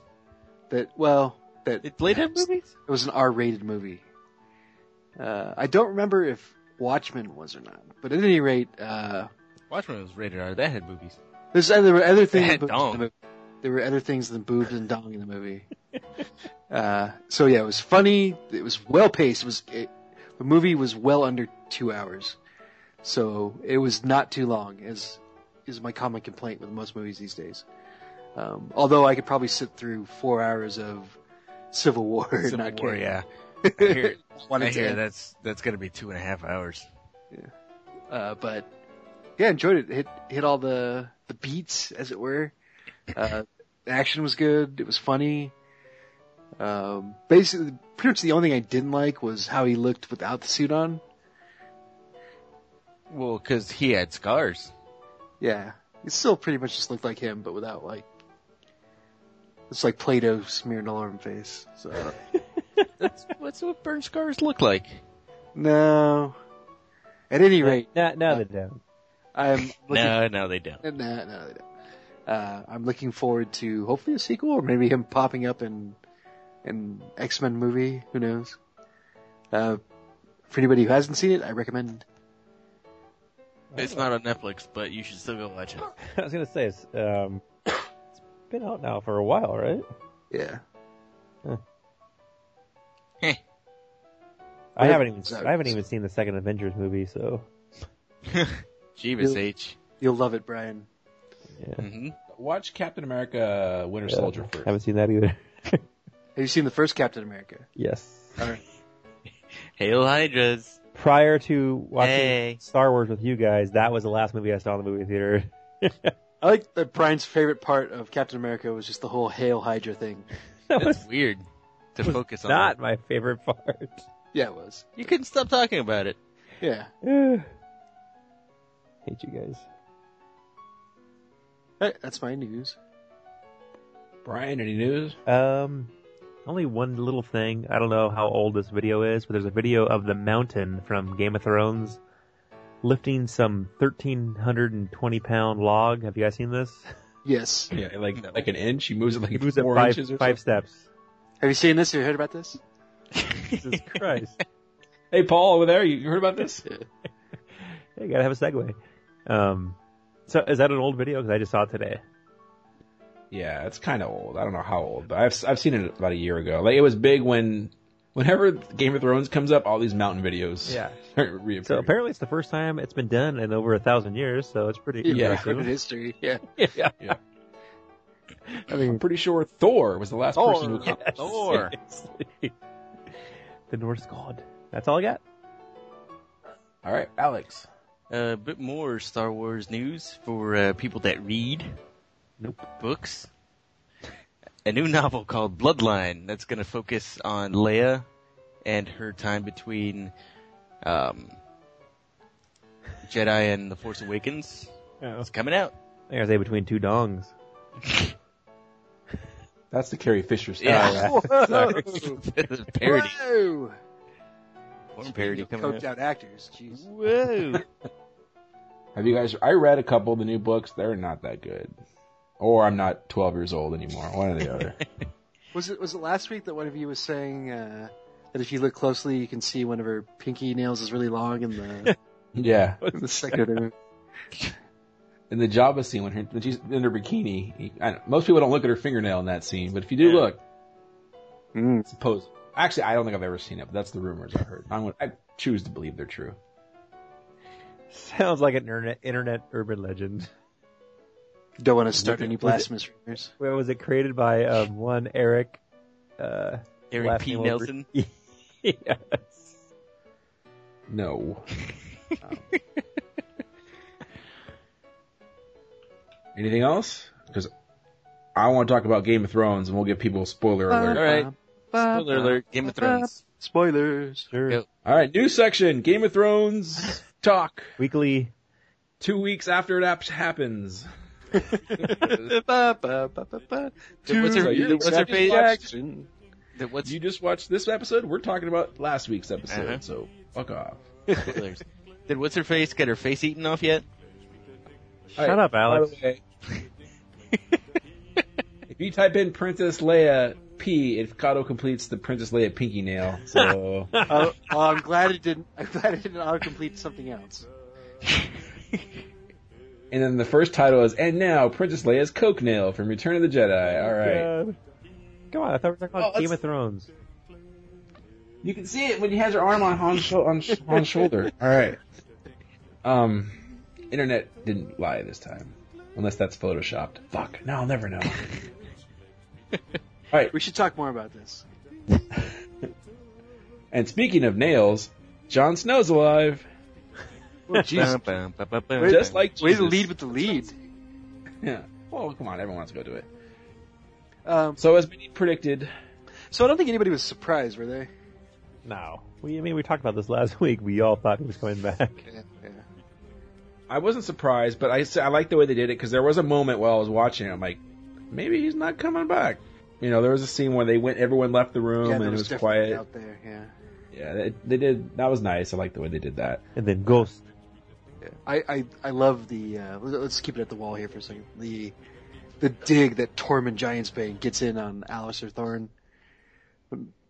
S3: that well that
S5: Did Blade have boobies?
S3: It was an R-rated movie. Uh, I don't remember if Watchmen was or not, but at any rate, uh,
S5: Watchmen was rated R. That had boobies.
S3: there's other, there were other things.
S5: Eh,
S3: than boobs in
S5: dong.
S3: the movie. There were other things than boobs and dong in the movie. uh, so yeah, it was funny. It was well paced. It was it, the movie was well under two hours, so it was not too long. As is my common complaint with most movies these days. Um, although I could probably sit through four hours of Civil War. and
S5: Civil
S3: not
S5: War,
S3: care.
S5: yeah. I hear,
S3: Want it
S5: I
S3: to
S5: hear
S3: end.
S5: that's that's gonna be two and a half hours.
S3: Uh, but yeah, enjoyed it. Hit hit all the the beats, as it were. Uh, the action was good. It was funny. Um, basically, pretty much the only thing I didn't like was how he looked without the suit on.
S5: Well, because he had scars.
S3: Yeah, it still pretty much just looked like him, but without like it's like Play-Doh smeared all over his face. So
S5: That's that's what burn scars look like.
S3: no. At any rate,
S6: Now, now they don't.
S3: I'm looking
S5: No, no, they don't.
S3: No, no, no, they don't. Uh, I'm looking forward to hopefully a sequel or maybe him popping up in an X Men movie. Who knows? Uh, for anybody who hasn't seen it, I recommend.
S5: It's not on Netflix, but you should still go watch it.
S6: I was gonna say it's, um, it's been out now for a while, right?
S3: Yeah,
S6: I
S3: Yeah,
S6: haven't even
S3: so-
S6: I haven't even seen the second Avengers movie, so
S5: Jeebus
S3: Yeah.
S5: H.
S3: you'll love it, Brian.
S6: yeah.
S5: Mm-hmm.
S7: Watch Captain America Winter Soldier
S6: I
S7: first.
S6: haven't seen that either.
S3: Have you seen the first Captain America?
S6: yes.
S3: All right.
S5: Hail Hydras.
S6: Prior to watching
S5: Hey.
S6: Star Wars with you guys, that was the last movie I saw in the movie theater.
S3: I like that Brian's favorite part of Captain America was just the whole Hail Hydra thing.
S6: That was
S5: That's weird to
S6: was
S5: focus on.
S6: not my favorite part.
S3: Yeah, it was.
S5: You couldn't stop talking about it.
S3: Yeah.
S6: Hate you guys.
S3: All right, That's my news.
S7: Brian, any news?
S6: Um, only one little thing. I don't know how old this video is, but there's a video of the mountain from Game of Thrones lifting some 1,320 pound log. Have you guys seen this?
S3: Yes.
S7: Yeah, like
S5: No.
S7: like an inch. He moves it like
S6: It moves at
S7: four
S6: five,
S7: inches or
S6: five steps.
S3: Have you seen this? Have you heard about this?
S6: Jesus Christ.
S7: something. Hey, Paul, over there, you heard about this?
S6: You gotta have a segue. Um, so is that an old video? Because I just saw it today.
S7: Yeah, it's kind of old. I don't know how old, but I've I've seen it about a year ago. Like it was big when, whenever Game of Thrones comes up, all these mountain videos.
S6: Yeah.
S7: start reappearing.
S6: So apparently it's the first time it's been done in over a thousand years, so it's pretty
S7: Yeah.
S3: Recorded
S6: impressive.
S3: history. Yeah.
S6: yeah.
S7: I am pretty sure Thor was the last
S3: Thor,
S7: person who
S3: yes.
S7: accomplished this.
S5: Thor.
S6: the Norse god. That's all I got.
S7: All right, Alex.
S5: A bit more Star Wars news for uh, people that read
S6: Nope.
S5: books. a new novel called Bloodline that's going to focus on Leia and her time between um, Jedi and The Force Awakens.
S6: Yeah.
S5: It's coming out.
S6: I gotta say between two dongs.
S7: That's the Carrie Fisher style.
S5: Yeah.
S3: Whoa!
S5: It's a parody.
S3: Whoa!
S5: Porn parody
S3: Speaking of
S5: coming
S3: coked out
S5: out.
S3: actors. Jeez.
S5: Whoa.
S7: Have you guys? I read a couple of the new books. They're not that good. Or I'm not 12 years old anymore. One or the other.
S3: Was it was it last week that one of you was saying uh, that if you look closely, you can see one of her pinky nails is really long in the,
S7: yeah.
S3: in the second.
S7: In the Java scene when, her, when she's in her bikini, you- I don't, most people don't look at her fingernail in that scene, but if you do
S5: Yeah.
S7: look,
S3: Mm.
S7: suppose. Actually, I don't think I've ever seen it, but that's the rumors I've heard. I'm, gonna- I choose to believe they're true.
S6: Sounds like an internet, internet urban legend.
S3: Don't want to start
S7: Look at-
S3: any
S7: look at-
S3: blasphemous rumors.
S6: Where was it created by um, one Eric? Uh,
S5: Eric
S6: last
S5: P.
S6: name over-
S5: Nelson.
S6: yes.
S7: No. Um, anything else? Because I want to talk about Game of Thrones, and we'll give people a spoiler
S3: Uh-huh.
S7: alert.
S5: All right.
S3: Ba-
S5: Spoiler alert. Game of Thrones.
S3: Spoilers.
S6: Sure.
S5: Yep.
S7: All right, new section, Game of Thrones talk.
S6: Weekly.
S7: Two weeks after it ap- happens.
S3: Ba- ba- ba- ba- ba.
S5: Dude, what's her-
S3: Two
S5: dude, what's her
S3: exact
S5: face?
S3: action.
S5: The- What's
S7: You just watched this episode. We're talking about last week's episode,
S5: Uh-huh.
S7: so fuck off.
S5: spoilers? Did what's her face get her face eaten off yet?
S7: All
S6: Shut up, Alex.
S7: By the way, if you type in Princess Leia P, it Kato completes the Princess Leia pinky nail. So
S3: Oh, oh, I'm glad it didn't. I'm glad it didn't autocomplete something else.
S7: And then the first title is, and now Princess Leia's Coke Nail from Return of the Jedi. All right.
S6: God. Come on, I thought we were talking about
S7: Oh,
S6: Game
S7: that's-
S6: of Thrones.
S7: You can see it when he has her arm on Han's, shou- on Sh- Han's shoulder. All right. Um, internet didn't lie this time, unless that's photoshopped. Fuck. Now I'll never know. All right.
S3: We should talk more about this.
S7: And speaking of nails, Jon Snow's alive,
S3: Oh, Jesus.
S5: Bum, bum, bum, bum,
S7: just
S5: bum.
S7: like Jesus.
S3: Way to lead with the lead.
S7: Yeah. Well, come on, everyone wants to go do it.
S3: Um,
S7: So as we predicted,
S3: so I don't think anybody was surprised, were they?
S6: No. We, I mean, we talked about this last week. We all thought he was coming back.
S3: Yeah, yeah.
S7: I wasn't surprised, but I I like the way they did it because there was a moment while I was watching it, I'm like, maybe he's not coming back. You know, there was a scene where they went, everyone left the room,
S3: Yeah,
S7: and
S3: there
S7: Oh, it
S3: was
S7: was
S3: definitely
S7: quiet.
S3: out there. Yeah.
S7: Yeah, they, they did. That was nice. I like the way they did that.
S6: And then Ghost.
S3: I, I, I love the. Uh, let- let's keep it at the wall here for a second. The the dig that Tormund Giantsbane gets in on Alistair Thorne.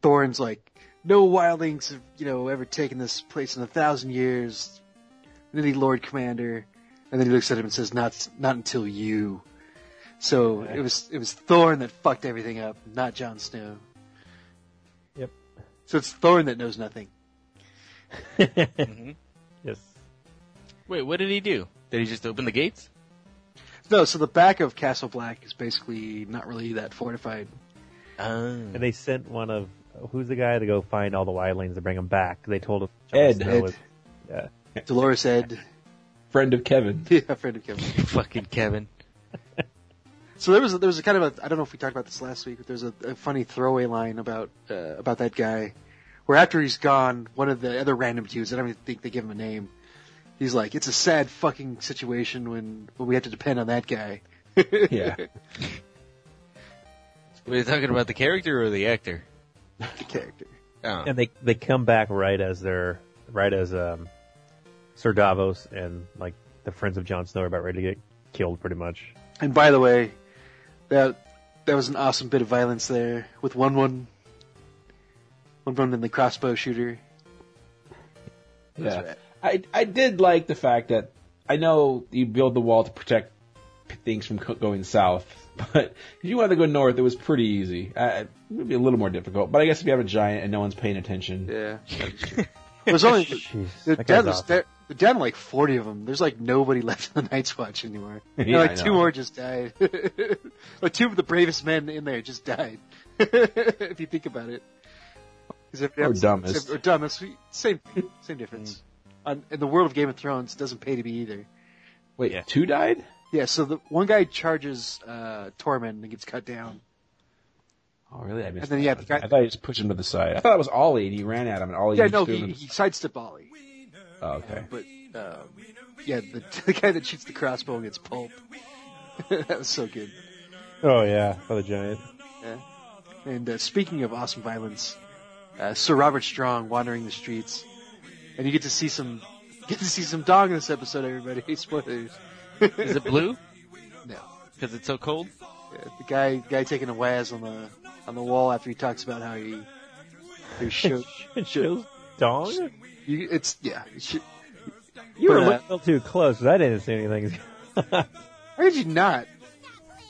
S3: Thorne's like, no wildlings have you know ever taken this place in a thousand years. And then he Lord Commander, and then he looks at him and says, not not until you. So it was it was Thorne that fucked everything up, not Jon Snow.
S6: Yep.
S3: So it's Thorne that knows nothing.
S6: Yes.
S5: Wait, what did he do? Did he just open the gates?
S3: No, so the back of Castle Black is basically not really that fortified.
S5: Oh.
S6: And they sent one of, who's the guy to go find all the wildlings and bring them back? They told him.
S7: Ed.
S6: Jon Snow
S3: Ed.
S6: was- yeah.
S3: Dolores Ed,
S7: Friend of Kevin.
S3: yeah, friend of Kevin.
S5: Fucking Kevin.
S3: So there was a, there was a kind of a I don't know if we talked about this last week, but there's a, a funny throwaway line about uh, about that guy, where after he's gone, one of the other random dudes, I don't even think they give him a name. He's like, it's a sad fucking situation when when we have to depend on that guy.
S7: Yeah,
S5: Were you talking about the character or the actor?
S3: The character.
S5: Oh.
S6: And they, they come back right as they're, right as, um, Sir Davos and, like, the friends of Jon Snow are about ready to get killed pretty much.
S3: And by the way, that that was an awesome bit of violence there with one one, one one in the crossbow shooter.
S7: yeah. I I did like the fact that I know you build the wall to protect p- things from co- going south, but if you wanted to go north, it was pretty easy. Uh, it would be a little more difficult, but I guess if you have a giant and no one's paying attention,
S3: Yeah. There's only
S6: Jeez.
S3: They're
S6: that
S3: down,
S6: guy's
S3: there's,
S6: awesome.
S3: they're, they're down to like 40 of them. There's like nobody left in the Night's Watch anymore. And,
S7: Yeah, I
S3: like two
S7: know.
S3: more just died. like two of the bravest men in there just died. if you think about it. 'Cause if-
S7: Or dumbest. Mm.
S3: Or dumbest. Same, same difference. On, in the world of Game of Thrones, it doesn't pay to be either.
S7: wait,
S5: Yeah.
S7: two died?
S3: Yeah, so the one guy charges uh, Tormund and gets cut down.
S7: Oh, really? I missed
S3: And then, yeah,
S7: that.
S3: the guy-
S7: I thought he just pushed him to the side. I thought it was Ollie, and he ran at him, and Ollie
S3: Yeah,
S7: just
S3: no,
S7: threw
S3: he,
S7: him.
S3: he sidestepped Ollie.
S7: oh, okay.
S3: But, um, yeah, the, the guy that shoots the crossbow gets pulp. that was so good.
S6: Oh yeah, for the giant.
S3: And uh, speaking of awesome violence, uh, Sir Robert Strong wandering the streets, and you get to see some get to see some dog in this episode. Everybody, spoilers.
S5: Is it blue?
S3: No,
S5: Because it's so cold?
S3: Yeah, the guy guy taking a waz on the on the wall after he talks about how he he shook.
S6: Shill's dong.
S3: you, it's yeah. it should-
S6: You were
S3: But, uh,
S6: looking a little too close. 'cause I didn't see anything.
S3: How did you not?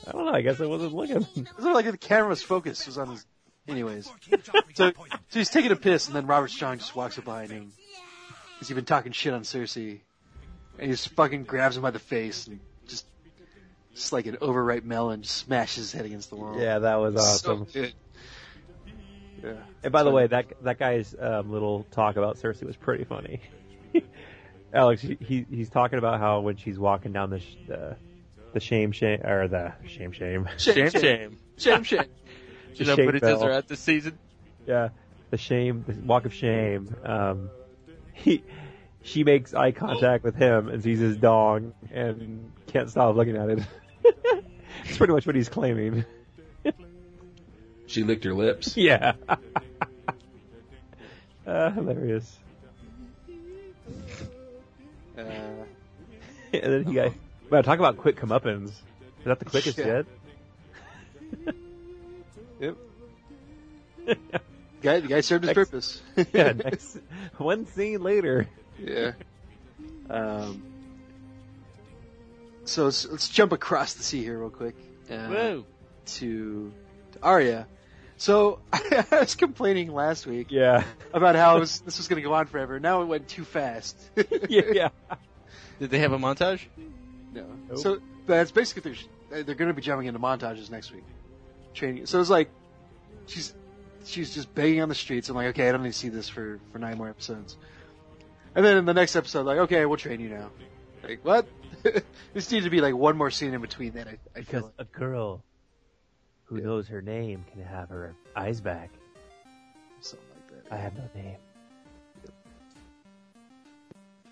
S6: I don't know. I guess I wasn't looking.
S3: It was like the camera's focus was on his. Anyways, so so he's taking a piss, and then Robert Strong just walks up behind him. Cause he's been talking shit on Cersei, and he just fucking grabs him by the face and just, just like an overripe melon, just smashes his head against the wall.
S6: Yeah, that was awesome.
S3: So good. Yeah.
S6: and by the way, that that guy's um, little talk about Cersei was pretty funny. Alex, he- he he's talking about how when she's walking down the sh- the, the shame shame or the shame shame
S5: Shame, shame.
S7: Shame, shame.
S5: Should
S6: The
S5: I
S6: shame
S5: put it
S6: bell.
S5: just out this season?
S6: yeah, the shame, the walk of shame. Um, he, she makes eye contact with him and sees his dong and can't stop looking at it. It's pretty much what he's claiming.
S7: She licked her lips.
S6: Yeah. uh, hilarious.
S3: Uh,
S6: And then he got, wow, talk about quick comeuppance. Is that the quickest
S3: Yeah.
S6: yet?
S3: yep. guy, the guy served his
S6: Ex-
S3: purpose.
S6: Yeah, next, one scene later.
S3: Yeah. Um, so let's, let's jump across the sea here real quick. Uh,
S5: Whoa.
S3: To, to Arya. So I was complaining last week
S6: Yeah.
S3: about how it was, this was going to go on forever. Now it went too fast.
S6: yeah, yeah.
S5: Did they have a montage?
S3: no.
S6: Nope.
S3: So that's basically they're, they're going to be jumping into montages next week. Training. So it's like she's she's just begging on the streets. I'm like, okay, I don't need to see this for for nine more episodes. And then in the next episode, like, okay, we'll train you now. Like what? this needs to be like one more scene in between that. I, I feel
S6: Because
S3: like.
S6: a girl who knows her name can have her eyes back.
S3: something like that.
S6: I have no name.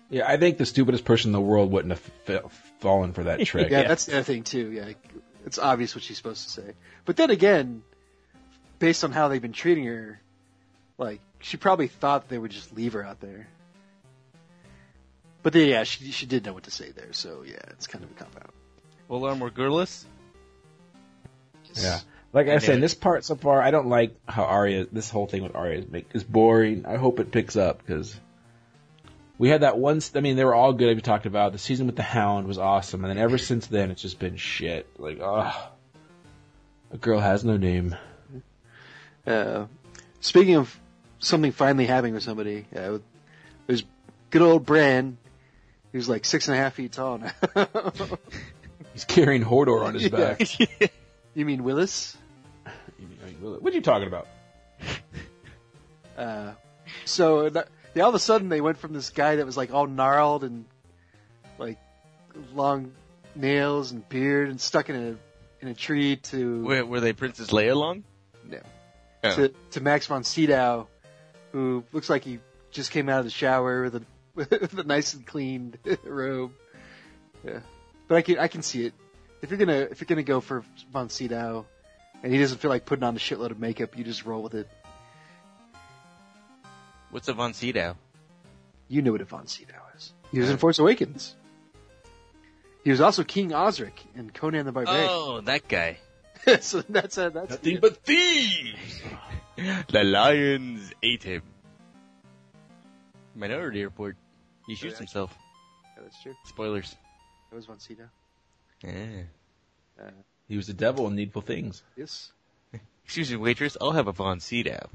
S7: Yeah, I think the stupidest person in the world wouldn't have fa- fallen for that trick.
S3: yeah,
S6: yeah.
S3: that's the other thing too. Yeah, like, it's obvious what she's supposed to say. But then again, based on how they've been treating her, like she probably thought they would just leave her out there. But then, yeah, she she did know what to say there, so yeah, it's kind of a cop out.
S5: Well, arm were girlless?
S7: Yeah. Like I said, this part so far, I don't like how Arya. This whole thing with Arya is, make, is boring. I hope it picks up because we had that one. s- I mean, they were all good. We talked about the season with the Hound was awesome, and then ever since then, it's just been shit. Like, ugh. a girl has no name.
S3: Uh, speaking of something finally happening with somebody, uh, there's good old Bran, who's like six and a half feet tall now.
S7: He's carrying Hodor on his
S3: Yeah.
S7: back.
S3: you mean Willis?
S7: what are you talking about?
S3: Uh, so uh, yeah, all of a sudden they went from this guy that was like all gnarled and like long nails and beard and stuck in a in a tree to
S5: Were, were they Princess Leia long? yeah.
S3: to, to Max von Sydow, who looks like he just came out of the shower with a with a nice and clean robe. Yeah, but I can I can see it. If you're gonna if you're gonna go for von Sydow, and he doesn't feel like putting on a shitload of makeup, you just roll with it.
S5: What's a Von Sydow?
S3: You know what a Von Sydow is. He was in Force Awakens. He was also King Osric in Conan the Barbarian.
S5: Oh, that guy.
S3: so that's a, that's
S5: but thieves! the lions ate him. Minority Report. He shoots himself.
S3: Yeah, that's true.
S5: Spoilers.
S3: That was Von Sydow.
S5: Yeah.
S7: He was the devil in needful things.
S3: Yes.
S5: Excuse me, waitress. I'll have a Von Sydow.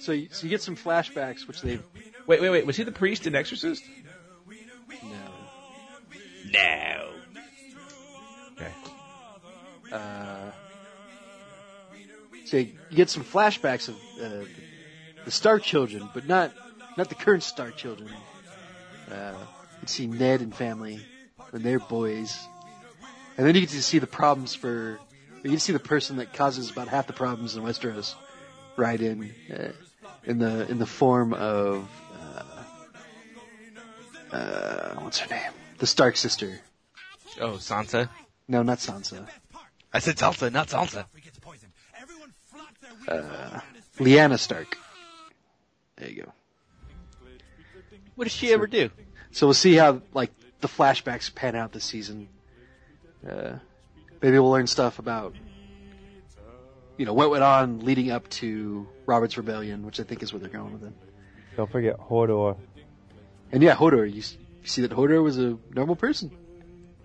S3: So you, so you get some flashbacks, which they
S7: Wait, wait, wait. Was he the priest in Exorcist?
S3: no.
S5: Now.
S3: Uh, so you get some flashbacks of uh, the Stark children, but not not the current Stark children. Uh, you see Ned and family when they're boys, and then you get to see the problems for But you see the person that causes about half the problems in Westeros right in uh, in the in the form of uh, uh, what's her name? The Stark sister.
S5: Oh, Sansa.
S3: No, not Sansa.
S5: I said Salsa, not Salsa.
S3: Lyanna Stark. There you go.
S5: What does she ever do?
S3: So we'll see how like the flashbacks pan out this season. Uh, maybe we'll learn stuff about you know what went on leading up to Robert's Rebellion, which I think is where they're going with it.
S6: Don't forget Hodor.
S3: And yeah, Hodor. You, s- you see that Hodor was a normal person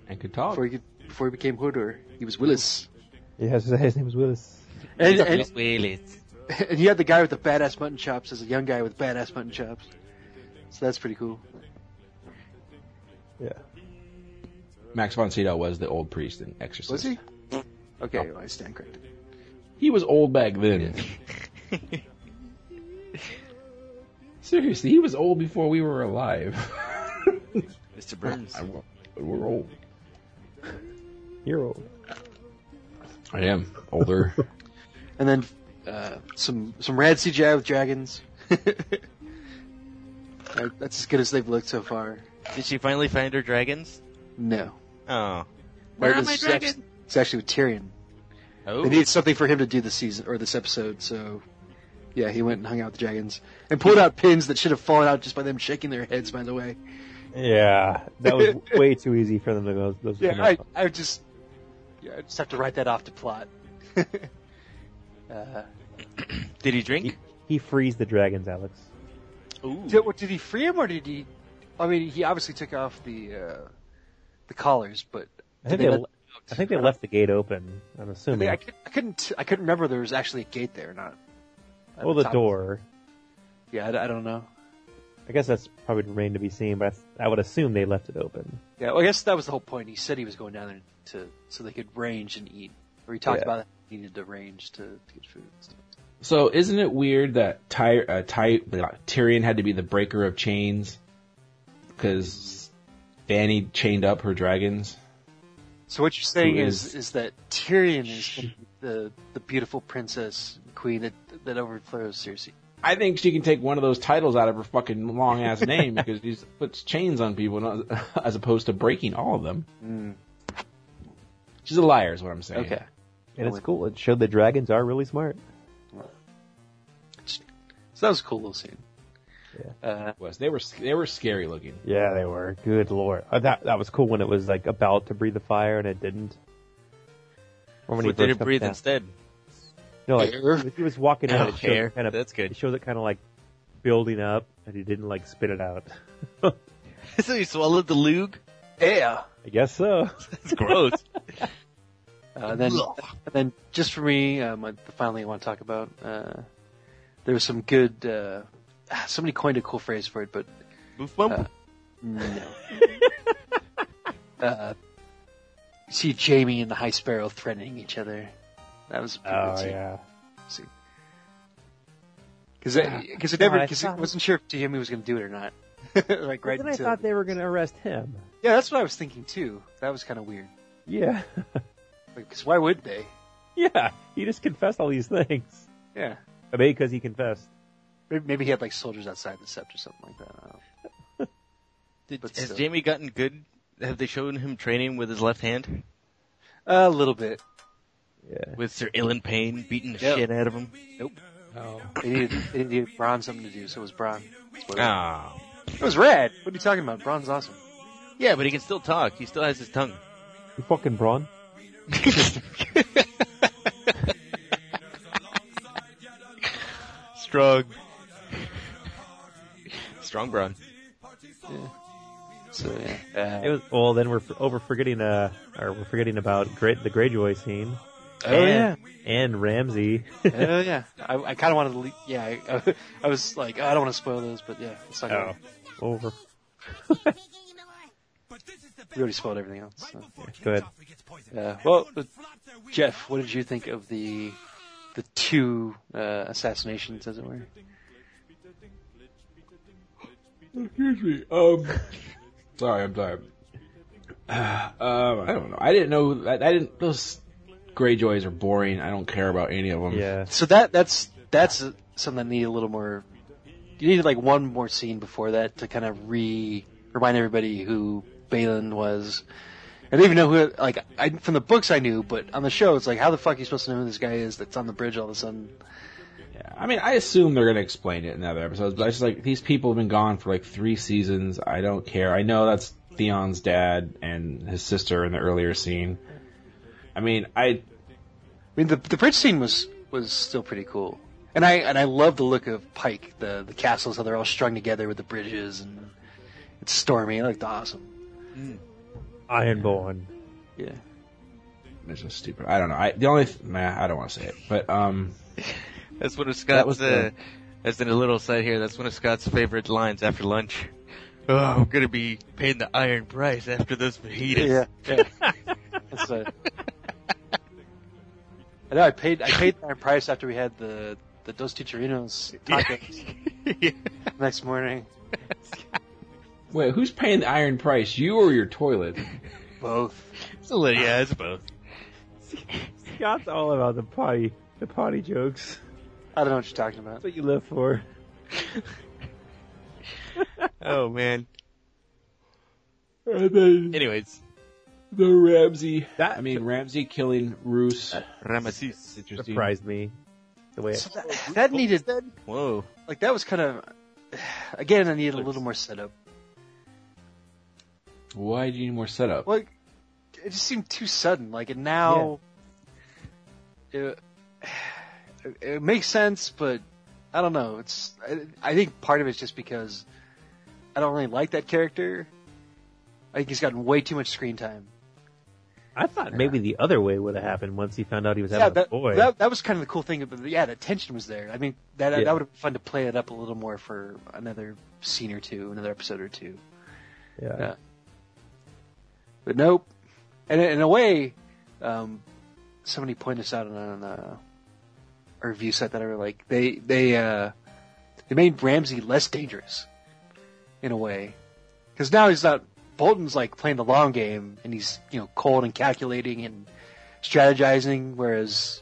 S7: and could talk.
S3: before he could, before he became Hodor. He was Willis,
S6: Yes, his name is Willis.
S3: and, and,
S5: Willis.
S3: and he had the guy with the badass mutton chops as a young guy with badass mutton chops. So that's pretty cool.
S6: Yeah.
S7: Max von Sydow was the old priest in Exorcist.
S3: Was he? Okay, well, I stand corrected.
S7: He was old back then. Seriously, he was old before we were alive.
S5: Mr. Burns.
S7: I- we're old.
S6: You're old.
S7: I am older.
S3: And then uh, some some rad CGI with dragons. Uh, That's as good as they've looked so far.
S5: Did she finally find her dragons?
S3: No.
S5: Oh.
S3: Or this is act- It's actually with Tyrion.
S5: Oh.
S3: They needed something for him to do this season or this episode, so yeah, he went and hung out with the dragons and pulled out pins that should have fallen out just by them shaking their heads. By the way,
S6: Yeah, that was way too easy for them to go. Those to
S3: yeah,
S6: come
S3: I,
S6: out.
S3: I would just yeah, I just have to write that off to plot. uh,
S5: Did he drink?
S6: He frees the dragons, Alex.
S5: Ooh.
S3: did, what- did he free him or did he? I mean, he obviously took off the uh, the collars, but
S6: I
S3: did
S6: think they,
S3: let-
S6: le- I think they left the gate open. I'm
S3: I, mean,
S6: assuming.
S3: I, could, I couldn't. I couldn't remember there was actually a gate there or not. At
S6: well, the
S3: top.
S6: door.
S3: Yeah, I, I don't know.
S6: I guess that's probably remained to be seen, but I, th- I would assume they left it open.
S3: Yeah, well, I guess that was the whole point. He said he was going down there to so they could range and eat. Or he talked
S6: Yeah.
S3: about he needed to range to, to get food. and stuff.
S7: so, isn't it weird that Ty- uh, Ty- blah, Tyrion had to be the breaker of chains because Danny chained up her dragons?
S3: So what you're saying
S7: Who
S3: is
S7: is-
S3: is that Tyrion is the the beautiful princess queen that that overflows Cersei.
S7: I think she can take one of those titles out of her fucking long ass name because she puts chains on people not, as opposed to breaking all of them. She's a liar, is what I'm saying.
S3: Okay,
S6: And it's cool. It showed the dragons are really smart.
S3: so that was a cool little scene. Uh,
S7: Was they were they were scary looking.
S6: Yeah, they were. Good lord. Uh, that that was cool when it was like about to breathe the fire and it didn't. Or when he
S5: What did
S6: first
S5: it
S6: comes
S5: breathe
S6: down.
S5: instead?
S6: No, like
S3: Air?
S6: if he was walking out,
S5: Oh,
S6: it showed
S5: air.
S6: kind of.
S5: That's good.
S6: It shows it kind of like building up, and he didn't like spit it out.
S5: so he swallowed the lug?
S3: Yeah.
S6: I guess so.
S5: It's gross.
S3: Uh, then, and then just for me, um, I- the final thing I want to talk about, uh, there was some good. Uh, ah, somebody coined a cool phrase for it, but
S5: Boof bump.
S3: Uh, no. uh, you see Jamie and the High Sparrow threatening each other. That was a pretty good
S6: Oh
S3: scene.
S6: yeah.
S3: Because it never,
S6: I
S3: because I
S6: thought-
S3: wasn't sure if Jamie was going to do it or not. like right
S6: But then I
S3: until-
S6: thought they were going to arrest him.
S3: yeah, that's what I was thinking too. That was kind of weird.
S6: Yeah.
S3: Because why would they?
S6: yeah. He just confessed all these things.
S3: Yeah.
S6: I mean, because he confessed.
S3: Maybe, maybe he had like soldiers outside the sept or something like that. I don't know.
S5: Did,
S3: but
S5: has
S3: still.
S5: Jamie gotten good? Have they shown him training with his left hand?
S3: A little bit.
S6: Yeah.
S5: With Sir Ilan Payne beating the
S3: Yep.
S5: shit out of him?
S3: They needed, they needed Braun something to do, so it was Braun. That's what it was.
S5: Oh.
S3: It was rad. What are you talking about? Braun's awesome.
S5: Yeah, but he can still talk. He still has his tongue.
S6: You fucking brawn.
S5: Strong. Strong Braun.
S3: So yeah.
S6: It was. Well, then we're f- oh, we're forgetting uh, or we're forgetting about Gra- the Greyjoy scene
S3: oh yeah.
S6: and Ramsey.
S3: Oh yeah, I, I kind of wanted to. Le- yeah, I, I, was like, oh, I don't want to spoil those, but yeah, it's not. gonna-
S6: Over.
S3: We already spoiled everything else. So.
S6: Go ahead.
S3: Uh, well, but Jeff, what did you think of the the two uh, assassinations, as it were?
S7: Excuse me. Um, sorry, I'm tired. Um, I don't know. I didn't know. I, I didn't. Those Greyjoys are boring. I don't care about any of them.
S6: Yeah.
S3: So that that's that's something that needed a little more. You needed like one more scene before that to kind of re remind everybody who Balin was. I didn't even know who. Like I, from the books, I knew, but on the show, it's like, how the fuck are you supposed to know who this guy is that's on the bridge all of a sudden?
S7: Yeah. I mean, I assume they're going to explain it in other episodes, but I just like these people have been gone for like three seasons. I don't care. I know that's Theon's dad and his sister in the earlier scene. I mean, I
S3: I mean, the the bridge scene was was still pretty cool, and I and I love the look of Pike, the the castles, how they're all strung together with the bridges, and it's stormy. It looked awesome.
S6: Ironborn.
S3: Yeah.
S7: it's just stupid. I don't know. I the only th- nah, I don't want to say it, but um,
S5: That's one of Scott's.
S7: That was
S5: uh, that's in a little side here. That's one of Scott's favorite lines after lunch. Oh, I'm gonna be paying the iron price after those fajitas.
S3: Yeah. That's a, I know I paid I paid that price after we had the the Dos Ticharinos tacos
S5: Yeah.
S3: next morning.
S7: wait, who's paying the iron price? You or your toilet?
S3: Both.
S5: It's a little, yeah, it's both.
S6: Scott's all about the potty, the potty jokes.
S3: I don't know what you're talking about.
S6: That's what you live for.
S5: Oh man.
S7: And then
S5: Anyways,
S7: the Ramsey.
S6: That-
S7: I mean, Ramsey killing Roos.
S5: Rameses.
S7: Interesting.
S6: Surprised me. The way
S3: So
S6: it,
S3: that, that needed
S5: Whoa.
S3: like that was kind of again I needed a little more setup.
S7: Why do you need more setup?
S3: Like it just seemed too sudden. Like and now it, it, makes sense, but I don't know. It's I, I think part of it's just because I don't really like that character. I think he's gotten way too much screen time.
S6: I thought maybe the other way would have happened once he found out he was having
S3: yeah,
S6: a
S3: that,
S6: boy.
S3: that that was kind of the cool thing. But yeah, the tension was there. I mean, that
S6: Yeah.
S3: that would have been fun to play it up a little more for another scene or two, another episode or two.
S6: yeah.
S3: yeah. But nope. And in a way, um, somebody pointed this out on, on uh, a review site that I really like. They they uh, they made Ramsey less dangerous in a way because now he's not. Bolton's like playing the long game, and he's you know cold and calculating and strategizing, whereas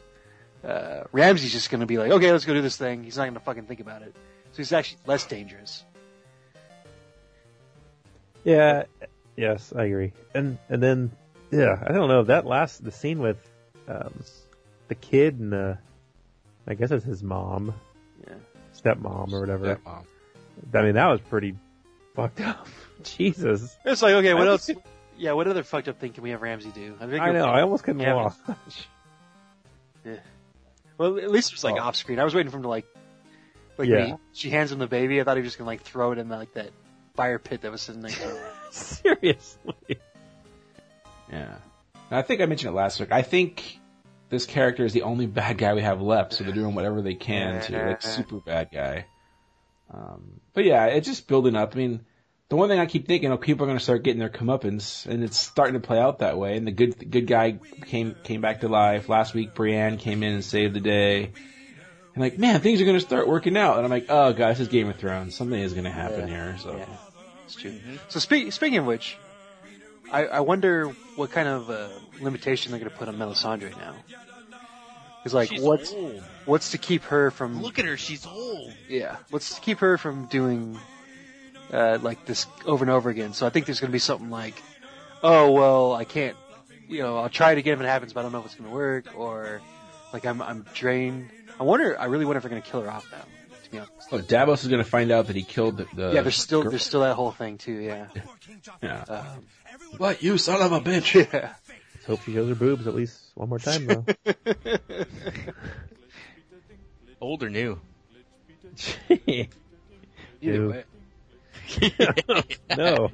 S3: uh, Ramsey's just going to be like, okay, let's go do this thing. He's not going to fucking think about it. So he's actually less dangerous.
S6: Yeah. Yes, I agree. And and then yeah, I don't know that last the scene with um, the kid and the I guess it's his mom,
S3: Yeah.
S6: stepmom or whatever.
S7: Yeah, mom.
S6: I mean that was pretty fucked up. Jesus,
S3: It's like, okay, what
S6: I
S3: else? Yeah, what other fucked up thing can we have Ramsey do? I, think
S6: I know. I almost couldn't
S3: Yeah.
S6: walk.
S3: Well, at least it was like
S6: Oh.
S3: off screen. I was waiting for him to like, like
S6: Yeah.
S3: when he- she hands him the baby. I thought he was just gonna like throw it in like that fire pit that was sitting next to him.
S6: Seriously.
S7: Yeah. And I think I mentioned it last week. I think this character is the only bad guy we have left, so they're doing whatever they can to like super bad guy. Um, but yeah, it's just building up. I mean, the one thing I keep thinking, oh, people are going to start getting their comeuppance, and it's starting to play out that way. And the good the good guy came came back to life last week. Brienne came in and saved the day. And like, man, things are going to start working out. And I'm like, oh god, this is Game of Thrones. Something is going to happen here. So
S3: Yeah, it's true. So speak, speaking of which, I, I wonder what kind of uh, limitation they're gonna put on Melisandre now. Because like,
S5: She's
S3: what's
S5: old.
S3: what's to keep her from
S5: Look at her. She's old.
S3: Yeah, let's keep her from doing uh, like this over and over again. So I think there's going to be something like, "Oh well, I can't," you know, "I'll try it again if it happens, but I don't know if it's going to work," or like, "I'm I'm drained." I wonder. I really wonder if they're going to kill her off now. To be honest,
S7: oh, Davos is going to find out that he killed the, the
S3: yeah, there's still
S7: Uh, girl.
S3: there's still that whole thing too. Yeah,
S7: yeah.
S3: um,
S7: What you son of a bitch?
S3: yeah.
S6: Let's hope she shows her boobs at least one more time though.
S5: Old or new?
S3: Either
S6: Ew.
S3: way.
S6: no.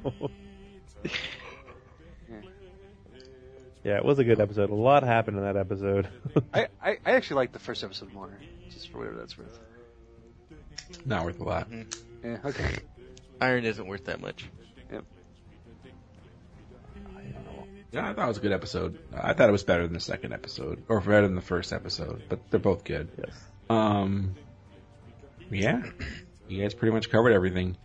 S6: Yeah, it was a good episode. A lot happened in that episode.
S3: I, I I actually like the first episode more, just for whatever that's worth.
S7: Not worth a lot.
S3: Yeah. Okay.
S5: Iron isn't worth that much.
S7: Yeah, I thought it was a good episode. I thought it was better than the second episode, or better than the first episode. But they're both good.
S6: yes.
S7: Um, yeah, you guys pretty much covered everything.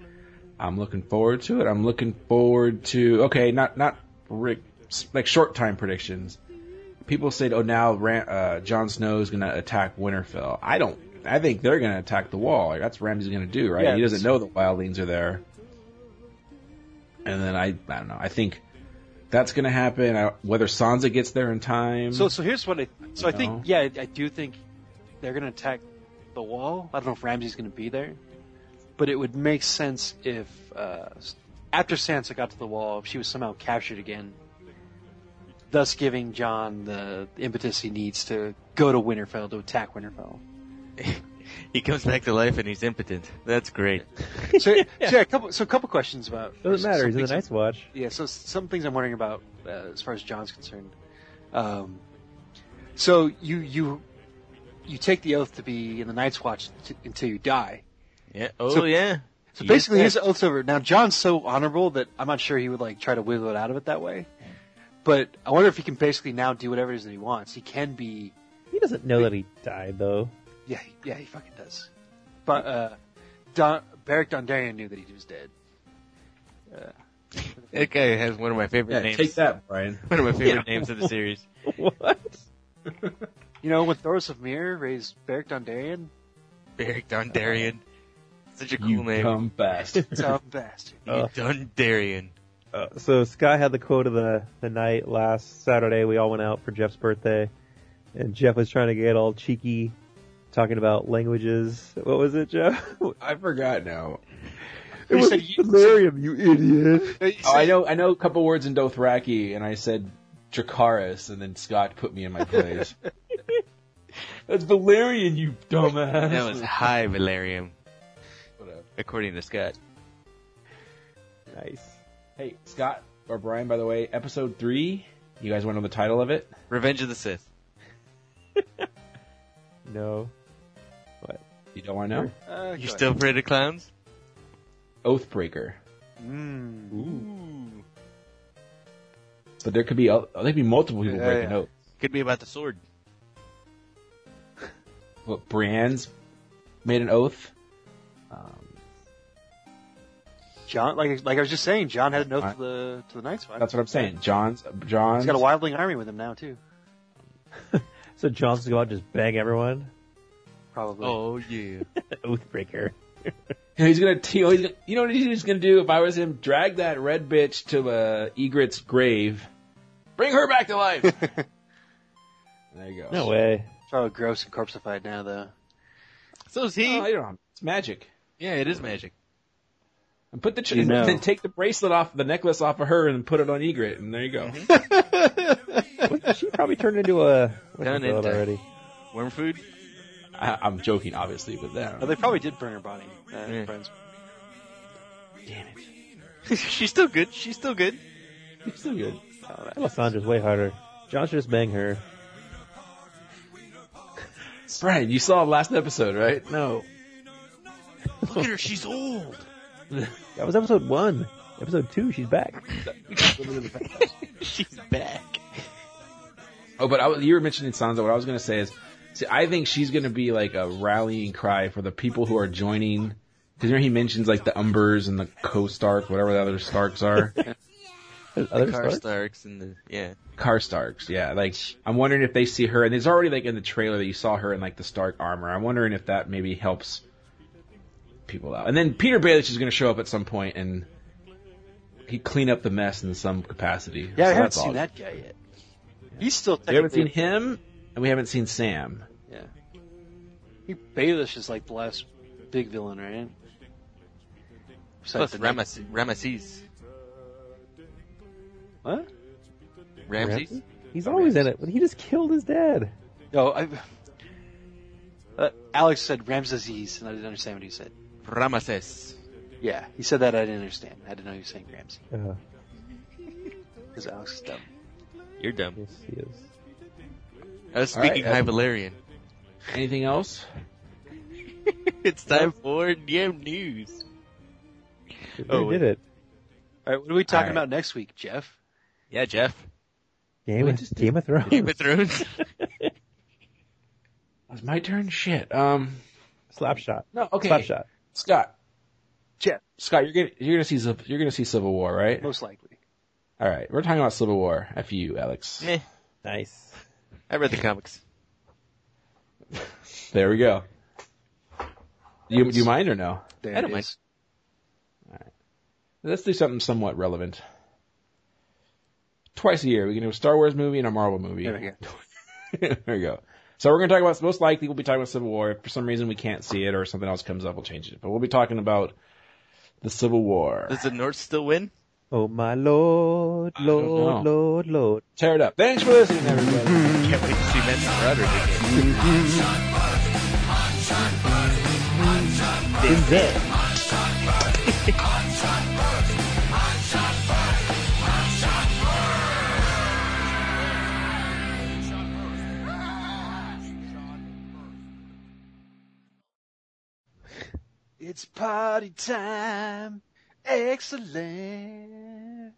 S7: I'm looking forward to it. I'm looking forward to okay, not not Rick like short time predictions. people said, "Oh, now Ran- uh, Jon Snow is going to attack Winterfell." I don't. I think they're going to attack the wall. Like, that's what Ramsey's going to do, right?
S6: Yeah,
S7: he doesn't
S6: that's-
S7: know the wildlings are there. And then I, I don't know. I think that's going to happen. I, whether Sansa gets there in time,
S3: So so here's what I so I
S7: No.
S3: think yeah I, I do think they're gonna attack the wall. I don't know if Ramsey's gonna be there, but it would make sense if uh, after Sansa got to the wall, if she was somehow captured again, thus giving John the impetus he needs to go to Winterfell to attack Winterfell.
S5: He comes back to life and he's impotent. That's great.
S3: So so yeah, a couple so a couple questions about
S6: Doesn't matter. He's in
S3: something-
S6: the Night's Watch.
S3: yeah, so some things I'm wondering about uh, as far as John's concerned. Um, so you you you take the oath to be in the Night's Watch t- until you die.
S5: Yeah. Oh
S3: So-
S5: yeah.
S3: So
S5: Yes,
S3: basically,
S5: sir.
S3: his oath's over. Now John's so honorable that I'm not sure he would like try to wiggle it out of it that way. But I wonder if he can basically now do whatever it is that he wants. He can be,
S6: He doesn't know that he died though.
S3: yeah, he- yeah, he fucking does. But uh, Don, Beric Dondarrion knew that he was dead.
S5: That guy has one of my favorite
S7: yeah,
S5: names.
S7: take that, Brian.
S5: One of my favorite names of the series.
S6: What?
S3: You know, when Thoros of Mir raised Beric Dondarrion,
S5: Beric Dondarrion. Such a cool
S7: You
S5: name.
S7: dumb bastard.
S3: dumb bastard.
S5: You
S6: Uh.
S5: Dondarrion.
S6: Uh, so Sky had the quote of the the night last Saturday. We all went out for Jeff's birthday, and Jeff was trying to get all cheeky, talking about languages. What was it, Jeff?
S7: I forgot now.
S3: He said, you-
S6: Delirium, you idiot.
S3: he
S7: Oh, I
S3: said-
S7: know. I know a couple words in Dothraki, and I said Dracaris, and then Scott put me in my place. That's Valyrian, you dumbass.
S5: That was high Valerium,
S7: Whatever.
S5: according to Scott.
S6: Nice.
S7: Hey, Scott or Brian, by the way, episode three. You guys want to know the title of it?
S5: Revenge of the Sith.
S6: No.
S7: You don't want to know?
S3: Uh,
S5: You
S3: go
S5: still afraid of clowns?
S7: Oathbreaker.
S3: ahead. Mm.
S5: Ooh.
S7: So there could be oth- there could be multiple people
S3: Yeah,
S7: breaking
S3: yeah.
S7: oath.
S5: Could be about the sword.
S7: What Brands made an oath. Um,
S3: John, like like I was just saying, John had an oath to the to the Night's Watch.
S7: that's what I'm saying. John's John's
S3: He's got a wildling army with him now too,
S6: So Johnson's going out and just bang everyone.
S3: probably.
S5: Oh yeah.
S6: Oathbreaker.
S7: Yeah, he's gonna, te- oh, he's gonna, you know what he's gonna do if I was him? Drag that red bitch to uh, Egret's grave, bring her back to life. there you go.
S6: No way.
S3: It's probably gross and corpseified now though.
S5: So is he?
S7: Oh, you don't. It's magic.
S5: yeah, it is magic.
S7: And put the ch-
S3: You know.
S7: then take the bracelet off, the necklace off of her, and put it on Egret, and there you go.
S6: She probably turned into a. What's
S5: Done
S6: it called
S5: and done.
S6: already?
S5: Worm food?
S7: I, I'm joking, obviously, but that.
S3: Oh, they probably did burn her body. Uh,
S5: Yeah.
S3: friends.
S7: Damn it,
S5: She's still good. She's still good.
S7: it's still good.
S6: Alessandra's way harder. John should just bang her.
S7: Brian, you saw last episode, right? No.
S5: Look at her. She's old.
S6: That was episode one. Episode two, she's back.
S5: She's back.
S7: Oh, but I was, you were mentioning Sansa. What I was going to say is, see, I think she's going to be like a rallying cry for the people who are joining. Because you know he mentions like the Umbers and the Co-Starks, whatever the other Starks are,
S6: There's other
S5: Car
S6: Starks?
S5: Starks and the yeah.
S7: Car Starks. Yeah, like I'm wondering if they see her, and it's already like in the trailer that you saw her in like the Stark armor. I'm wondering if that maybe helps people out. And then Peter Baelish is going to show up at some point and he clean up the mess in some capacity.
S3: Yeah, I
S7: So
S3: haven't
S7: that's
S3: seen
S7: all.
S3: that guy yet. He's still.
S7: We haven't seen
S3: technically-
S7: him, and we haven't seen Sam.
S3: Yeah. He Baelish is like the last big villain, right? Besides
S5: Plus
S3: the-
S5: Rames- Ramesses.
S3: What?
S5: Ramses?
S6: He's always in it. He just killed his dad.
S3: No, Oh, I. Uh, Alex said Ramses, and I didn't understand what he said.
S5: Ramesses.
S3: Yeah, he said that I didn't understand. I didn't know he was saying Ramsey
S6: Uh,
S3: because Alex is dumb.
S5: You're dumb.
S6: yes, he is.
S5: I was
S7: All right,
S5: speaking
S7: uh,
S5: High Valerian.
S7: Anything else?
S5: It's time for DM news.
S6: He
S5: Oh,
S6: did it.
S3: All right, what are we talking
S7: All right.
S3: about next week, Jeff?
S5: Yeah, Jeff.
S6: Game,
S7: we
S6: of,
S7: just did-
S6: Game of Thrones.
S5: Game of Thrones.
S7: It's my turn. Shit. Um.
S6: Slapshot.
S7: No. Okay.
S6: Slapshot.
S7: Scott.
S3: Jeff,
S7: Scott, you're gonna you're gonna see Civ- you're gonna see Civil War, right?
S3: most likely.
S7: All right. We're talking about Civil War. F you, Alex.
S5: Meh.
S6: Nice.
S5: I read the comics.
S7: There we go. You do you mind or no?
S3: There
S5: I
S3: it
S5: don't mind.
S3: is.
S7: Let's do something somewhat relevant. Twice a year, we can do a Star Wars movie and a Marvel movie.
S3: There we go.
S7: there we go. So we're going to talk about most likely we'll be talking about Civil War. If for some reason we can't see it or something else comes up, we'll change it. But we'll be talking about the Civil War.
S5: Does the North still win?
S6: Oh my lord,
S7: don't
S6: lord,
S7: know.
S6: lord, lord.
S7: Tear it up. Thanks for listening, everybody.
S5: Can't wait to see Matt Marauder again.
S6: Is there?
S3: It's party time. Excellent.